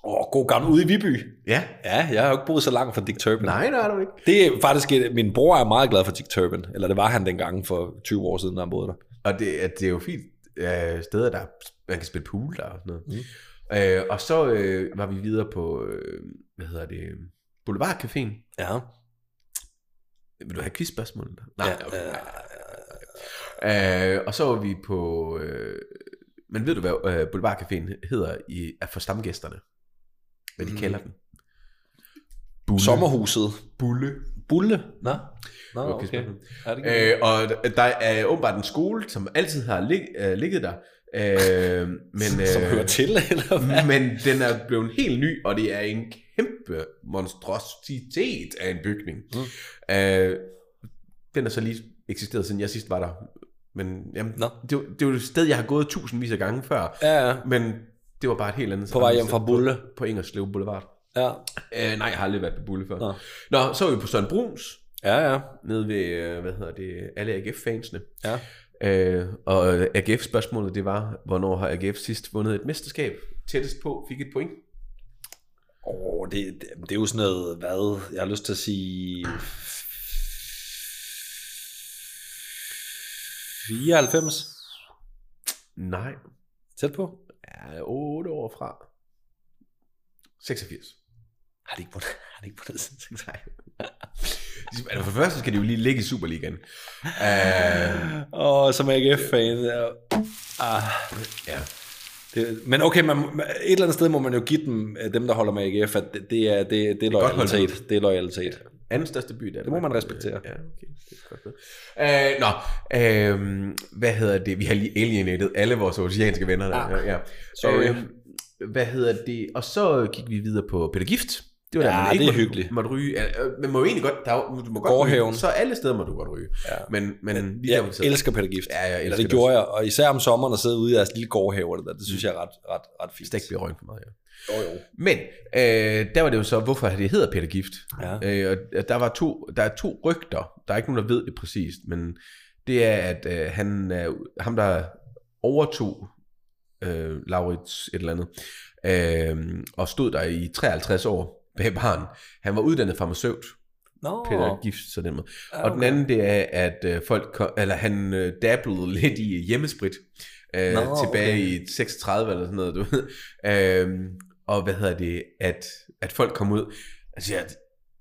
Speaker 2: Åh, oh, god gammel ude i Viby.
Speaker 1: Ja.
Speaker 2: Ja, jeg har jo ikke boet så langt fra Dick Turpin.
Speaker 1: Nej, nej, det var ikke.
Speaker 2: Det er faktisk, et- min bror er meget glad for Dick Turpin, eller det var han dengang for 20 år siden, da han boede der.
Speaker 1: Og det, at det er jo fint øh, steder, der man kan spille pool der og sådan noget. Mm. Øh, og så øh, var vi videre på, øh, hvad hedder det, Boulevardcaféen.
Speaker 2: Ja.
Speaker 1: Vil du have quizspørgsmål?
Speaker 2: ja,
Speaker 1: Nej, okay. Øh, og så var vi på, øh, men ved du hvad øh, Boulevardcaféen hedder i, er for stamgæsterne? Hvad de
Speaker 2: Mm.
Speaker 1: mm. kalder den? Bulle.
Speaker 2: Sommerhuset.
Speaker 1: Bulle.
Speaker 2: Bulle. Nå. Nå,
Speaker 1: Okay,
Speaker 2: okay.
Speaker 1: spændende.
Speaker 2: Ja, det kan-
Speaker 1: Øh, og d- der er åbenbart en skole, som altid har lig, øh, ligget der. Øh, men, øh,
Speaker 2: Som hører til, eller hvad?
Speaker 1: Men den er blevet helt ny, og det er en kæmpe monstrositet af en bygning. Mm. Øh, den er så lige eksisteret, siden jeg sidst var der. Men jamen,
Speaker 2: Nå.
Speaker 1: det, er jo- det er jo et sted, jeg har gået tusindvis af gange før.
Speaker 2: Mm. Ja, ja.
Speaker 1: Men det var bare et helt andet
Speaker 2: På vej
Speaker 1: sammenhæng.
Speaker 2: hjem fra Bulle.
Speaker 1: På, på Ingerslev Boulevard.
Speaker 2: Ja.
Speaker 1: Øh, nej, jeg har aldrig været på Bulle før.
Speaker 2: Nå.
Speaker 1: Nå. Nå, så var vi på Søren Bruns,
Speaker 2: Ja, ja.
Speaker 1: nede ved, øh, hvad hedder det, alle AGF-fansene.
Speaker 2: Ja.
Speaker 1: Øh, og AGF-spørgsmålet, det var, hvornår har AGF sidst vundet et mesterskab? Tættest på, fik et point.
Speaker 2: Åh, det, det, det er jo sådan noget, hvad? Jeg har lyst til at sige... 94?
Speaker 1: Nej,
Speaker 2: Tæt på?
Speaker 1: ja, 8 år fra. 86.
Speaker 2: Har det ikke vundet? Har det ikke vundet siden 96?
Speaker 1: De- Altså for det første skal de jo lige ligge i Superligaen. Uh,
Speaker 2: Åh, som AGF-fan. ja. Ah,
Speaker 1: ja.
Speaker 2: det, men okay, man, man- et eller andet sted må man jo give dem, øh, dem der holder med AGF, at det, det er, det, det er
Speaker 1: godt
Speaker 2: loyalitet. Det er loyalitet.
Speaker 1: Anden største by i Danmark.
Speaker 2: Det må man respektere.
Speaker 1: Ja, okay. Det er godt. Uh, nå, uh, hvad hedder det? Vi har lige alienated alle vores oceanske venner. Der.
Speaker 2: Ah,
Speaker 1: ja.
Speaker 2: sorry.
Speaker 1: Øh, hvad hedder det? Og så gik vi videre på Peter Gift. Det var
Speaker 2: Ja,
Speaker 1: der, man ikke
Speaker 2: det er
Speaker 1: måtte,
Speaker 2: hyggeligt.
Speaker 1: Måtte ryge. Ja, øh, man må jo egentlig godt, der, er jo- du må godt
Speaker 2: Gårdhaven.
Speaker 1: ryge. Så alle steder må du godt ryge.
Speaker 2: Ja.
Speaker 1: Men, men lige der,
Speaker 2: Jeg
Speaker 1: hvor vi sad-
Speaker 2: elsker Peter Gift.
Speaker 1: Ja, jeg
Speaker 2: Eller
Speaker 1: elsker
Speaker 2: det gjorde jeg, og især om sommeren at sidde ude i jeres lille gårdhave, eller der, det
Speaker 1: Mm.
Speaker 2: synes jeg er ret, ret, ret fint.
Speaker 1: Hvis der ikke bliver røgn for meget, ja.
Speaker 2: Jo, jo.
Speaker 1: Men øh, der var det jo så, hvorfor det hedder Peter Gift.
Speaker 2: Ja.
Speaker 1: Øh, og der, var to, der er to rygter. Der er ikke nogen, der ved det præcist, men det er, at øh, han, er- ham, der overtog øh, Laurits et eller andet, øh, og stod der i 53 år bag barn. Han var uddannet farmaceut,
Speaker 2: Nå,
Speaker 1: Peter oh. Gift, så den måde.
Speaker 2: ja,
Speaker 1: Og den anden, det er, at øh, folk kom, eller han øh, dablede lidt i hjemmesprit øh,
Speaker 2: Nå,
Speaker 1: tilbage
Speaker 2: okay.
Speaker 1: i 36 eller sådan noget, du ved. Øh, og hvad hedder det, at, at folk kom ud og siger, at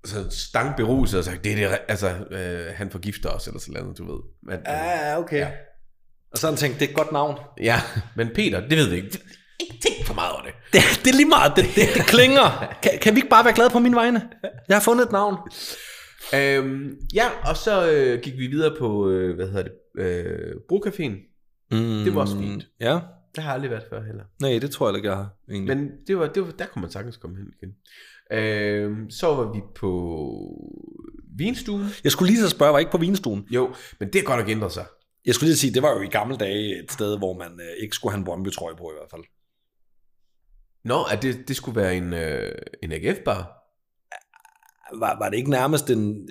Speaker 1: så stank beruset og sagde, det er det, re- altså, øh, han forgifter os, eller sådan noget, du ved. At, øh,
Speaker 2: Ja, okay. Ja. Og så har han tænkt, det er et godt navn.
Speaker 1: ja, men Peter, det ved vi ikke. Ikke tænk for meget over det.
Speaker 2: Det, det er lige meget, det, det, det klinger. Kan, kan vi ikke bare være glade på min vegne? Jeg har fundet et navn.
Speaker 1: Øhm, ja, og så øh, gik vi videre på, øh, hvad hedder det, øh, Brocaféen.
Speaker 2: Mm,
Speaker 1: Det var også fint.
Speaker 2: Ja,
Speaker 1: Der har jeg aldrig været før heller.
Speaker 2: nej, det tror jeg ikke, jeg har. Egentlig. Men,
Speaker 1: Men det var, det var, der kunne man sagtens komme hen igen. Øh, så var vi på vinstuen.
Speaker 2: jeg skulle lige så spørge, var jeg ikke på vinstuen?
Speaker 1: Jo, men det er godt nok ændret sig.
Speaker 2: Jeg skulle lige sige, det var jo i gamle dage et sted, hvor man øh, ikke skulle have en Brøndby-trøje på i hvert fald.
Speaker 1: Nå, at det, det skulle være en, øh, en AGF-bar?
Speaker 2: Var, var det ikke nærmest en, en,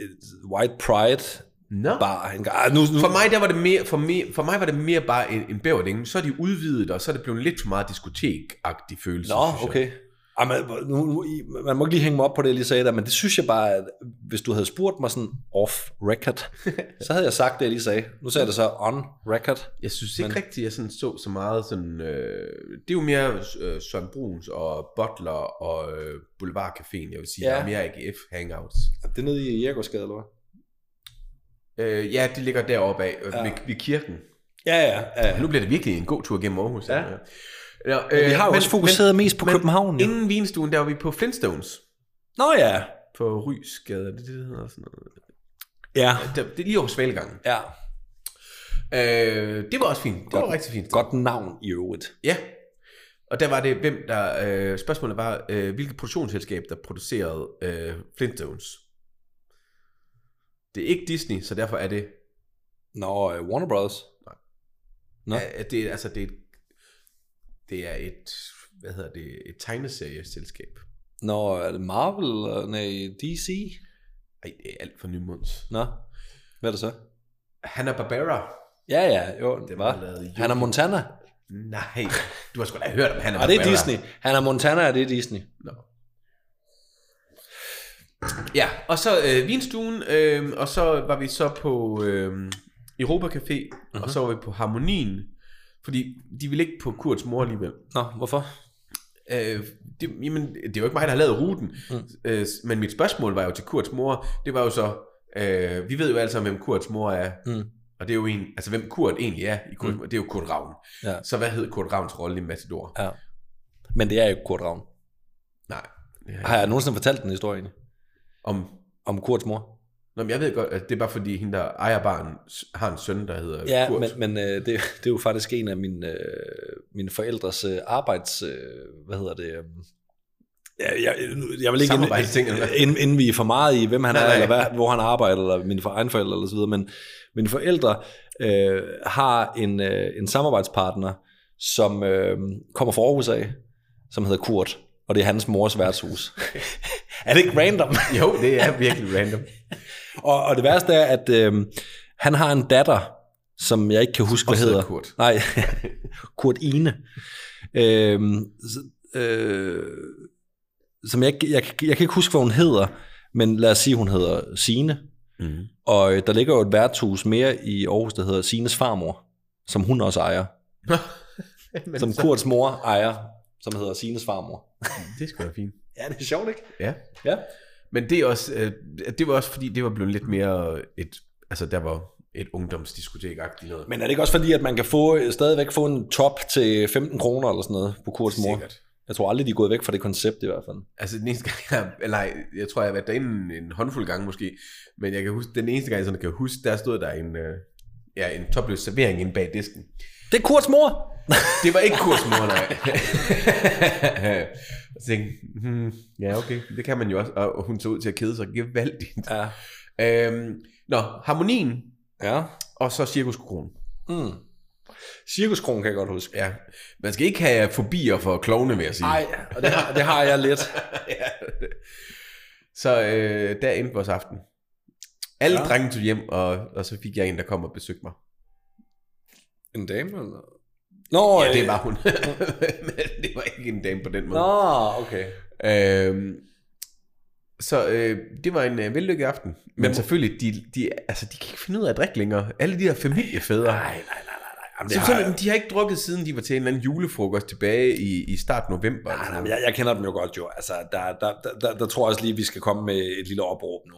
Speaker 2: en white pride-bar?
Speaker 1: Nå.
Speaker 2: En, ah, nu, nu,
Speaker 1: For mig, der var det mere, for mere, for mig var det mere bare en, en bæverding. Så er de udvidet, og så er det blevet lidt for meget diskotek-agtig følelse.
Speaker 2: Nå,
Speaker 1: synes jeg.
Speaker 2: okay. Ej, men, nu, nu, I- man må ikke lige hænge mig op på det, jeg lige sagde der, men det synes jeg bare, at hvis du havde spurgt mig sådan off record, så havde jeg sagt det, jeg lige sagde. Nu sagde jeg det så on record.
Speaker 1: Jeg synes ikke
Speaker 2: Men-
Speaker 1: men... rigtigt, jeg sådan så så meget sådan... Øh, det er jo mere øh, Søren Bruns og Butler og øh, Boulevardcaféen, jeg vil sige.
Speaker 2: Ja.
Speaker 1: Ja. Der er mere AGF-hangouts.
Speaker 2: Er det nede i Jægergårdsgade, eller hvad?
Speaker 1: Øh, ja, det ligger deroppe af, øh,
Speaker 2: Ja.
Speaker 1: ja. ved, ved kirken.
Speaker 2: Ja, ja. ja,
Speaker 1: Ja,
Speaker 2: ja.
Speaker 1: nu bliver det virkelig en god tur gennem Aarhus.
Speaker 2: Ja.
Speaker 1: Ja, øh,
Speaker 2: Vi har jo
Speaker 1: men-
Speaker 2: også fokuseret
Speaker 1: men,
Speaker 2: mest på
Speaker 1: men
Speaker 2: København. jo.
Speaker 1: Inden vinstuen, der var vi på Flintstones.
Speaker 2: Nå ja.
Speaker 1: På Rysgade, er det det, det hedder? Sådan noget.
Speaker 2: Ja.
Speaker 1: Der, det er lige over Svalegangen.
Speaker 2: ja.
Speaker 1: Øh, det var også fint. Det
Speaker 2: Godt.
Speaker 1: var rigtig fint.
Speaker 2: Godt navn i øvrigt.
Speaker 1: Ja. Og der var det, hvem der... Øh, spørgsmålet var, øh, hvilket produktionsselskab, der producerede øh, Flintstones. Det er ikke Disney, så derfor er det...
Speaker 2: Nå, øh, Warner Brothers. Nå.
Speaker 1: Ja. Er, det, er- altså, det er, et, det er et... Hvad hedder det? Et tegneserieselskab.
Speaker 2: Nå, er det Marvel? eller- Nej, DC?
Speaker 1: Ej, det er alt for nymodens.
Speaker 2: Nå, hvad er det så?
Speaker 1: Hanna Barbera.
Speaker 2: Ja, ja, jo, det var.
Speaker 1: Den lavede
Speaker 2: Hannah Montana.
Speaker 1: Nej, du har sgu da hørt om Hanna
Speaker 2: Og
Speaker 1: Barbera.
Speaker 2: Ah, det er Disney. Hannah Montana er det Disney.
Speaker 1: Nå. Ja, og så øh, vinstuen, øh, og så var vi så på øh, Europa Café, uh-huh.
Speaker 2: Mhm.
Speaker 1: og så var vi på Harmonien, fordi de ville ikke på Kurts mor alligevel.
Speaker 2: Nå, hvorfor?
Speaker 1: Øh, det, jamen, det er jo ikke mig, der har lavet ruten, mm. øh, men mit spørgsmål var jo til Kurts mor, det var jo så, øh, vi ved jo alle sammen, hvem Kurts mor er,
Speaker 2: Mm.
Speaker 1: og det er jo en, altså hvem Kurt egentlig er, i Kurt, mm. det er jo Kurt Ravn.
Speaker 2: Ja.
Speaker 1: Så hvad hed Kurt Ravns rolle i Matador?
Speaker 2: Ja. Men det er jo Kurt Ravn.
Speaker 1: Nej. det er-
Speaker 2: Har jeg nogensinde fortalt den historie egentlig?
Speaker 1: Om
Speaker 2: Om Kurts mor?
Speaker 1: Nå, men jeg ved godt, at det er bare fordi, hende der ejer baren, s- har en søn, der hedder
Speaker 2: Ja,
Speaker 1: Kurt.
Speaker 2: men, men øh, det, det er jo faktisk en af mine, øh, mine forældres øh, arbejds... Øh, hvad hedder det? Øh, ja, jeg, nu- jeg vil ikke
Speaker 1: Samarbejdsting, eller hvad?
Speaker 2: ind, inden vi er for meget i, hvem han
Speaker 1: Nej,
Speaker 2: er,
Speaker 1: nej.
Speaker 2: eller hvad, hvor han arbejder, eller mine for- egne forældre, eller så videre, men mine forældre øh, har en, øh, en samarbejdspartner, som øh, kommer fra Aarhus af, som hedder Kurt. og det er hans mors værtshus. er det ikke random?
Speaker 1: Jo, det er virkelig random.
Speaker 2: Og, og det værste er, at øh, han har en datter, som jeg ikke kan huske, hvad
Speaker 1: Også hedder
Speaker 2: hedder.
Speaker 1: Kurt.
Speaker 2: Nej, Kurt Ine. Øhm, s- øh, som jeg, ikke- jeg, jeg, jeg kan ikke huske, hvad hun hedder, men lad os sige, hun hedder Sine.
Speaker 1: Mm.
Speaker 2: Og øh, der ligger jo et værtshus mere i Aarhus, der hedder Sines farmor, som hun også ejer.
Speaker 1: Men
Speaker 2: Som
Speaker 1: så-
Speaker 2: Kurts mor ejer, som hedder Sines farmor.
Speaker 1: Det skulle være fint.
Speaker 2: Ja, det er sjovt, ikke?
Speaker 1: Ja.
Speaker 2: Ja.
Speaker 1: Men det, er også, øh, det var også fordi, det var blevet lidt mere et, altså der var et ungdomsdiskotek-agtigt noget.
Speaker 2: Men er det ikke også fordi, at man kan få, stadigvæk få en top til 15 kroner eller sådan noget på Kurts mor?
Speaker 1: Sikkert.
Speaker 2: Jeg tror aldrig, de er gået væk fra det koncept i hvert fald.
Speaker 1: Altså den eneste gang, jeg, eller ej, jeg tror, jeg har været derinde en håndfuld gange måske, men jeg kan huske, den eneste gang, jeg sådan kan huske, der stod der en, øh, ja, en topløs servering inde bag disken.
Speaker 2: Det er Kurts mor!
Speaker 1: Det var ikke kursmor, nej. Og så tænkte, jeg, hmm, ja okay, det kan man jo også, og og hun så ud til at kede sig gevaldigt.
Speaker 2: Ja.
Speaker 1: Øhm, nå, harmonien,
Speaker 2: Ja.
Speaker 1: og så cirkuskronen.
Speaker 2: Mm. Cirkuskron kan jeg godt huske.
Speaker 1: Ja, man skal ikke have fobier for klovne, vil jeg sige.
Speaker 2: Nej, og det har, det har jeg lidt.
Speaker 1: ja. Så øh, der endte vores aften. Alle
Speaker 2: Ja.
Speaker 1: ja. drenge tog hjem, og, og så fik jeg en, der kom og besøgte mig.
Speaker 2: En dame eller? Nå,
Speaker 1: Ja, det
Speaker 2: øh,
Speaker 1: var hun. Men det var ikke en dame på den måde.
Speaker 2: Nå, okay.
Speaker 1: Øhm, så øh, det var en øh, vellykket aften. Men,
Speaker 2: Men-
Speaker 1: selvfølgelig, de, de, altså, de kan ikke finde ud af at drikke længere. Alle de her familiefædre.
Speaker 2: Nej, nej, nej, nej. nej. Jamen, det
Speaker 1: Så
Speaker 2: har,
Speaker 1: sådan, de har ikke drukket, siden de var til en eller anden julefrokost tilbage i, i start november. eller
Speaker 2: nej,
Speaker 1: sådan
Speaker 2: nej, men
Speaker 1: noget.
Speaker 2: jeg, jeg kender dem jo godt jo. Altså, der, der, der, der, der tror jeg også lige, vi skal komme med et lille opråb nu.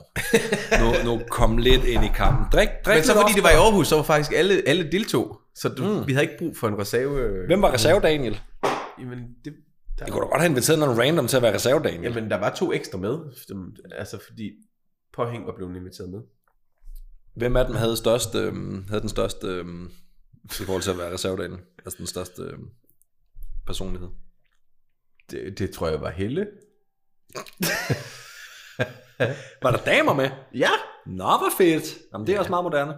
Speaker 2: nu, nu kom lidt ind i kampen. Drik, drik
Speaker 1: Men så
Speaker 2: lidt
Speaker 1: fordi det var
Speaker 2: oftere.
Speaker 1: i Aarhus, så var faktisk alle, alle deltog. Så du,
Speaker 2: Mm.
Speaker 1: mm. vi havde ikke brug for en reserve.
Speaker 2: Hvem var reserve, Daniel?
Speaker 1: Jamen, det, der,
Speaker 2: Jeg kunne da godt have inviteret nogen random til at være reserve, Daniel.
Speaker 1: jamen, der var to ekstra med. Som, altså, fordi påhæng var blevet inviteret med.
Speaker 2: Hvem af dem havde, størst, øhm, havde den største, øhm, i forhold til at være reservedagen, altså den største øhm, personlighed?
Speaker 1: Det, det tror jeg var Helle.
Speaker 2: Var der damer med?
Speaker 1: Ja!
Speaker 2: Nå, hvor fedt. Jamen, det er ja. også meget moderne.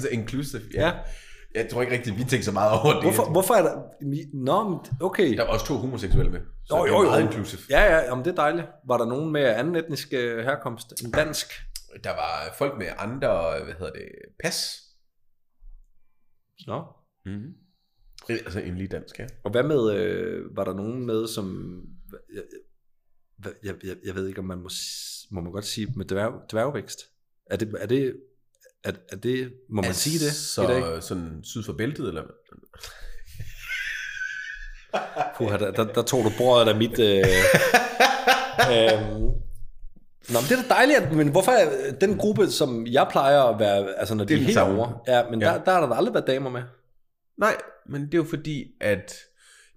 Speaker 1: så inclusive, ja.
Speaker 2: Ja.
Speaker 1: ja. Jeg tror ikke rigtigt, vi tænkte så meget over det.
Speaker 2: Hvorfor, hvorfor er der... Nå, men okay.
Speaker 1: Der var også to homoseksuelle med. Så
Speaker 2: Nå,
Speaker 1: det
Speaker 2: jo,
Speaker 1: var
Speaker 2: jo.
Speaker 1: meget inclusive.
Speaker 2: Ja, ja, jamen, det er dejligt. Var der nogen med anden etnisk øh, herkomst end dansk?
Speaker 1: Der var folk med andre, hvad hedder det, pas.
Speaker 2: Nå.
Speaker 1: Mm. Altså en lige dansk, ja.
Speaker 2: Og hvad med... Øh, var der nogen med, som... Jeg, jeg, jeg, jeg, jeg ved ikke, om man må, s- må man godt sige med dværg, dværgvækst. Er det... Er det er, er det, må man altså, sige det
Speaker 1: så,
Speaker 2: i dag?
Speaker 1: sådan syd for bæltet, eller hvad?
Speaker 2: Puh, der, der, der tog du brødet af mit... Øh, øhm. Nå, men det er da dejligt, at- men hvorfor er den gruppe, som jeg plejer at være, altså når
Speaker 1: Det
Speaker 2: de
Speaker 1: er
Speaker 2: er
Speaker 1: den
Speaker 2: helt
Speaker 1: samme.
Speaker 2: over, ja, men ja.
Speaker 1: Ja.
Speaker 2: Der, der har der da aldrig været damer med.
Speaker 1: Nej, men det er jo fordi, at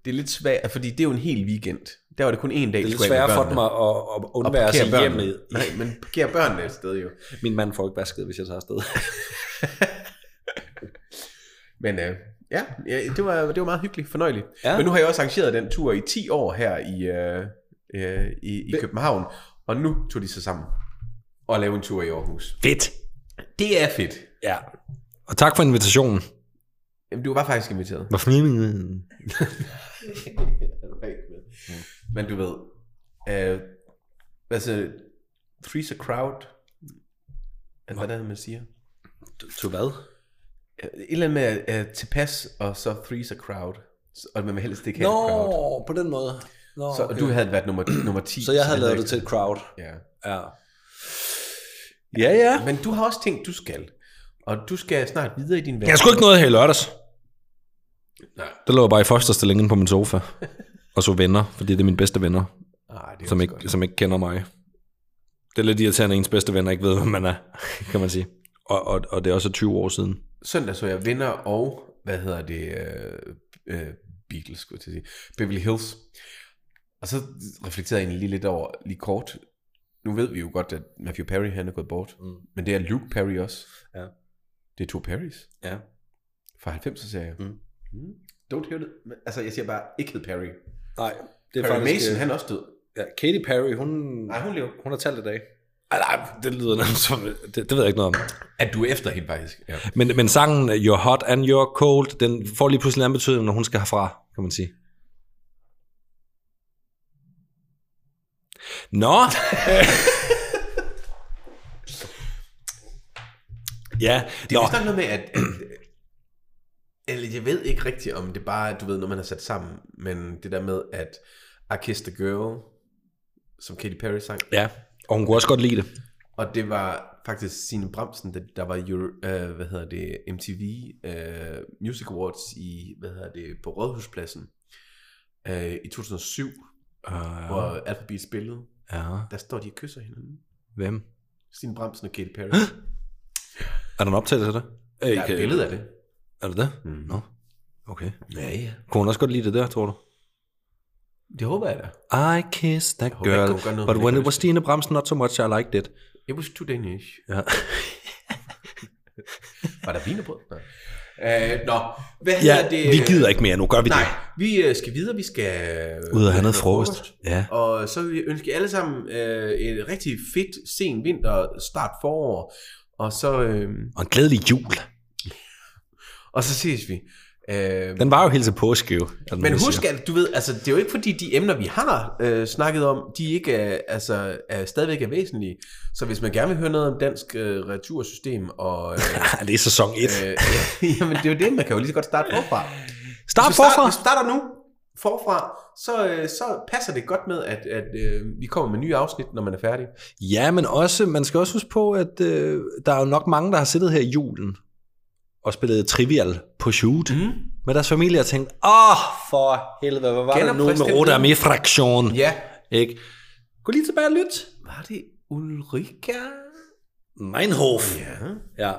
Speaker 1: det er lidt svært, fordi det er jo en hel weekend. Der var det kun én dag,
Speaker 2: Det er lidt
Speaker 1: skulle jeg
Speaker 2: sværere
Speaker 1: med
Speaker 2: for
Speaker 1: børnene.
Speaker 2: dem at, at- at
Speaker 1: Og
Speaker 2: undvære sig
Speaker 1: parkere børnene.
Speaker 2: hjemmet.
Speaker 1: Nej, men parkere børnene et sted jo.
Speaker 2: Min mand får ikke vasket, hvis jeg tager afsted.
Speaker 1: Men øh, ja, ja det, var, det var meget hyggeligt, fornøjeligt.
Speaker 2: Ja.
Speaker 1: Ja. Men nu har jeg også arrangeret den tur i 10 år her i, øh, øh, i, i
Speaker 2: Hvem-
Speaker 1: København, og nu tog de sig sammen og lavede en tur i Aarhus.
Speaker 2: Fedt.
Speaker 1: Det er fedt.
Speaker 2: Ja. Og tak for invitationen.
Speaker 1: Jamen, du var faktisk inviteret.
Speaker 2: Hvorfor min... Mm.
Speaker 1: Men du ved, øh, altså, three's a crowd, Eller hvad er det, man siger?
Speaker 2: Du hvad?
Speaker 1: Øh, Et eller andet med uh, tilpas, og så three's a crowd. Så- Og man vil helst ikke have
Speaker 2: Nå,
Speaker 1: et crowd.
Speaker 2: på den måde. Nå,
Speaker 1: Så, og du havde været nummer, nummer 10.
Speaker 2: så jeg havde lavet
Speaker 1: ikke-
Speaker 2: det til et crowd.
Speaker 1: Ja.
Speaker 2: Ja. Ja, ja.
Speaker 1: Men du har også tænkt, du skal. Og du skal snart videre i din verden.
Speaker 2: Jeg skulle ikke noget her i lørdags.
Speaker 1: Nej.
Speaker 2: Der lå jeg bare i fosterstilling inde på min sofa. Og så venner, fordi det er mine bedste venner,
Speaker 1: Ah, det er
Speaker 2: som
Speaker 1: også
Speaker 2: ikke, som ikke kender mig. Det er lidt irriterende, at ens bedste venner ikke ved, hvem man er, kan man sige. Og, og, og det er også 20 år siden.
Speaker 1: godt. Søndag så jeg vinder og, hvad hedder det, øh, øh, Beatles, skulle jeg til at sige, Beverly Hills. Og så reflekterede jeg egentlig lige lidt over, lige kort. Nu ved vi jo godt, at Matthew Perry, han er gået bort.
Speaker 2: Mm.
Speaker 1: Men det er Luke Perry også.
Speaker 2: Ja.
Speaker 1: Det er to Perrys.
Speaker 2: Ja.
Speaker 1: Fra 90'er serier.
Speaker 2: Mm.
Speaker 1: Mm. Don't hear it. Men, Altså, jeg siger bare, ikke hed Perry.
Speaker 2: Nej, det er
Speaker 1: Perry
Speaker 2: faktisk... øh,
Speaker 1: Mason, han er også død.
Speaker 2: Ja, Katy Perry, hun,
Speaker 1: Nej, hun lever.
Speaker 2: hun har talt i dag. Ej, nej, det lyder nærmest som... Det, det ved jeg ikke noget om.
Speaker 1: At du er efter hende, faktisk. Ja.
Speaker 2: Men, men sangen øh, You're Hot and You're Cold, den får lige pludselig en anden betydning, når hun skal herfra, kan man sige. Nå! ja,
Speaker 1: Det er vist nok noget med, at, at... Eller jeg ved ikke rigtigt, om det bare er, du ved, når man har sat sammen, men det der med, at I Kissed a Girl, som Katy Perry sang,
Speaker 2: Ja, og hun kunne også godt lide det.
Speaker 1: og det var faktisk Signe Bramsen, der, der var Euro, øh, hvad hedder det, MTV øh, Music Awards i, hvad hedder det, på Rådhuspladsen øh, i 2007,
Speaker 2: Uh,
Speaker 1: hvor Alphabet spillede.
Speaker 2: ja,
Speaker 1: Der står de og kysser hinanden.
Speaker 2: hvem?
Speaker 1: Signe Bramsen og Katy Perry.
Speaker 2: Er der en optagelse af det? Øh,
Speaker 1: Der er et billede af det.
Speaker 2: Er det det?
Speaker 1: Mm.
Speaker 2: Nå, okay.
Speaker 1: Ja, ja.
Speaker 2: Kunne hun også godt lide det der, tror du?
Speaker 1: Det håber jeg da.
Speaker 2: I kissed that
Speaker 1: håber ikke,
Speaker 2: girl,
Speaker 1: hun gør noget for
Speaker 2: but
Speaker 1: det,
Speaker 2: when it
Speaker 1: kan
Speaker 2: was Stine Bramsen, not so much, I liked it.
Speaker 1: It was too Danish.
Speaker 2: Ja.
Speaker 1: Var der vinerbrød? Nej. Øh, nå, hvad
Speaker 2: ja,
Speaker 1: hedder det?
Speaker 2: vi gider ikke mere, nu gør vi
Speaker 1: Nej,
Speaker 2: det.
Speaker 1: vi øh, skal videre. Vi skal øh,
Speaker 2: Ud og have noget frokost. Ja.
Speaker 1: Og så vil vi ønske jer alle sammen øh, en rigtig fedt sen vinter, start forår. Og så, øh,
Speaker 2: Og en glædelig jul.
Speaker 1: og så ses vi. Øh,
Speaker 2: Den var jo helt til påske, jo. er der nogen,
Speaker 1: men
Speaker 2: der siger.
Speaker 1: husk, at du ved, altså, det er jo ikke fordi, de emner, vi har øh, snakket om, de ikke er, altså, er, stadigvæk er væsentlige. Så hvis man gerne vil høre noget om dansk øh, retursystem, og øh,
Speaker 2: Ah, det er sæson 1.
Speaker 1: øh, jamen, det er jo det, man kan jo lige så godt starte forfra.
Speaker 2: Start
Speaker 1: Hvis du
Speaker 2: forfra!
Speaker 1: starter- Hvis du starter nu forfra, så, øh, så passer det godt med, at, at øh, vi kommer med nye afsnit, når man er færdig.
Speaker 2: Ja, men også, man skal også huske på, at øh, der er jo nok mange, der har siddet her i julen og spillet Trivial på shoot mm.
Speaker 1: Mhm.
Speaker 2: med deres familie og tænkt, åh, for helvede, hvad var det nu
Speaker 1: Genopfrisk
Speaker 2: med
Speaker 1: stemning."
Speaker 2: Roda med fraktion?
Speaker 1: Ja.
Speaker 2: Ikke? Gå lige tilbage og lyt.
Speaker 1: Var det Ulrika?
Speaker 2: Meinhof.
Speaker 1: Ja.
Speaker 2: Ja.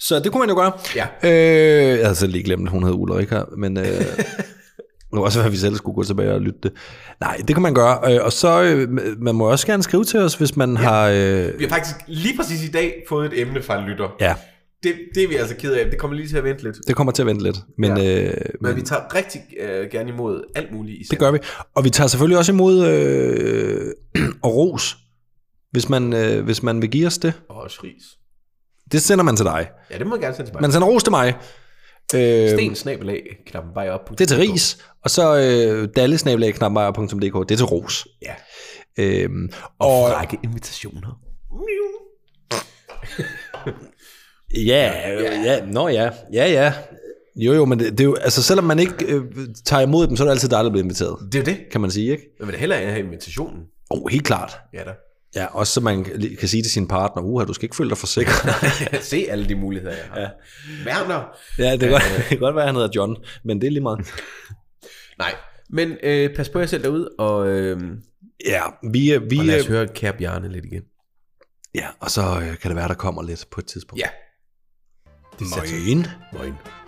Speaker 2: Så det kunne man jo gøre.
Speaker 1: Ja.
Speaker 2: Øh, jeg havde selv lige glemt, at hun hed Ulrika, men øh, det var også, hvad vi selv skulle gå tilbage og lytte det. Nej, det kan man gøre. Øh, og så, øh, man må også gerne skrive til os, hvis man ja. har... Øh,
Speaker 1: Vi har faktisk lige præcis i dag fået et emne fra en lytter.
Speaker 2: ja,
Speaker 1: Det, det er vi altså ked af. Det kommer lige til at vente lidt.
Speaker 2: det kommer til at vente lidt. Men, ja. øh,
Speaker 1: Men
Speaker 2: men
Speaker 1: vi tager rigtig øh, gerne imod alt muligt. Især.
Speaker 2: det gør vi. Og vi tager selvfølgelig også imod øh, og ros, hvis man, øh, hvis man vil give os det.
Speaker 1: Og også ris.
Speaker 2: Det sender man til dig.
Speaker 1: Ja, det må jeg gerne sende til mig.
Speaker 2: Man sender ros til mig. Øh,
Speaker 1: Sten snabelag, knappen bare op.
Speaker 2: Det er til ris, og så øh, dallesnabelag.dk, det er til ros.
Speaker 1: Ja.
Speaker 2: Øhm,
Speaker 1: Og
Speaker 2: og
Speaker 1: række invitationer.
Speaker 2: ja, øh, ja, nå ja, ja ja. Jo jo, men det, det er jo, altså selvom man ikke øh, tager imod dem, så er det altid dig, der bliver inviteret,
Speaker 1: Det er jo det.
Speaker 2: kan man sige, ikke?
Speaker 1: Jeg vil da hellere have invitationen.
Speaker 2: Åh, oh, helt klart.
Speaker 1: Ja da.
Speaker 2: Ja, også så man kan kan sige til sin partner, uha, du skal ikke føle dig for sikker.
Speaker 1: Se alle de muligheder, jeg har. Ja. Werner,
Speaker 2: ja, det kan, godt, det kan godt være, at han hedder John, men det er lige meget.
Speaker 1: Nej, men øh, pas på jer selv derude, og, øh,
Speaker 2: Ja, vi, øh, vi
Speaker 1: og lad os
Speaker 2: øh,
Speaker 1: høre Kære Bjarne lidt igen.
Speaker 2: ja, og så øh, kan det være, der kommer lidt på et tidspunkt.
Speaker 1: Ja.
Speaker 2: Moin.
Speaker 1: Moin.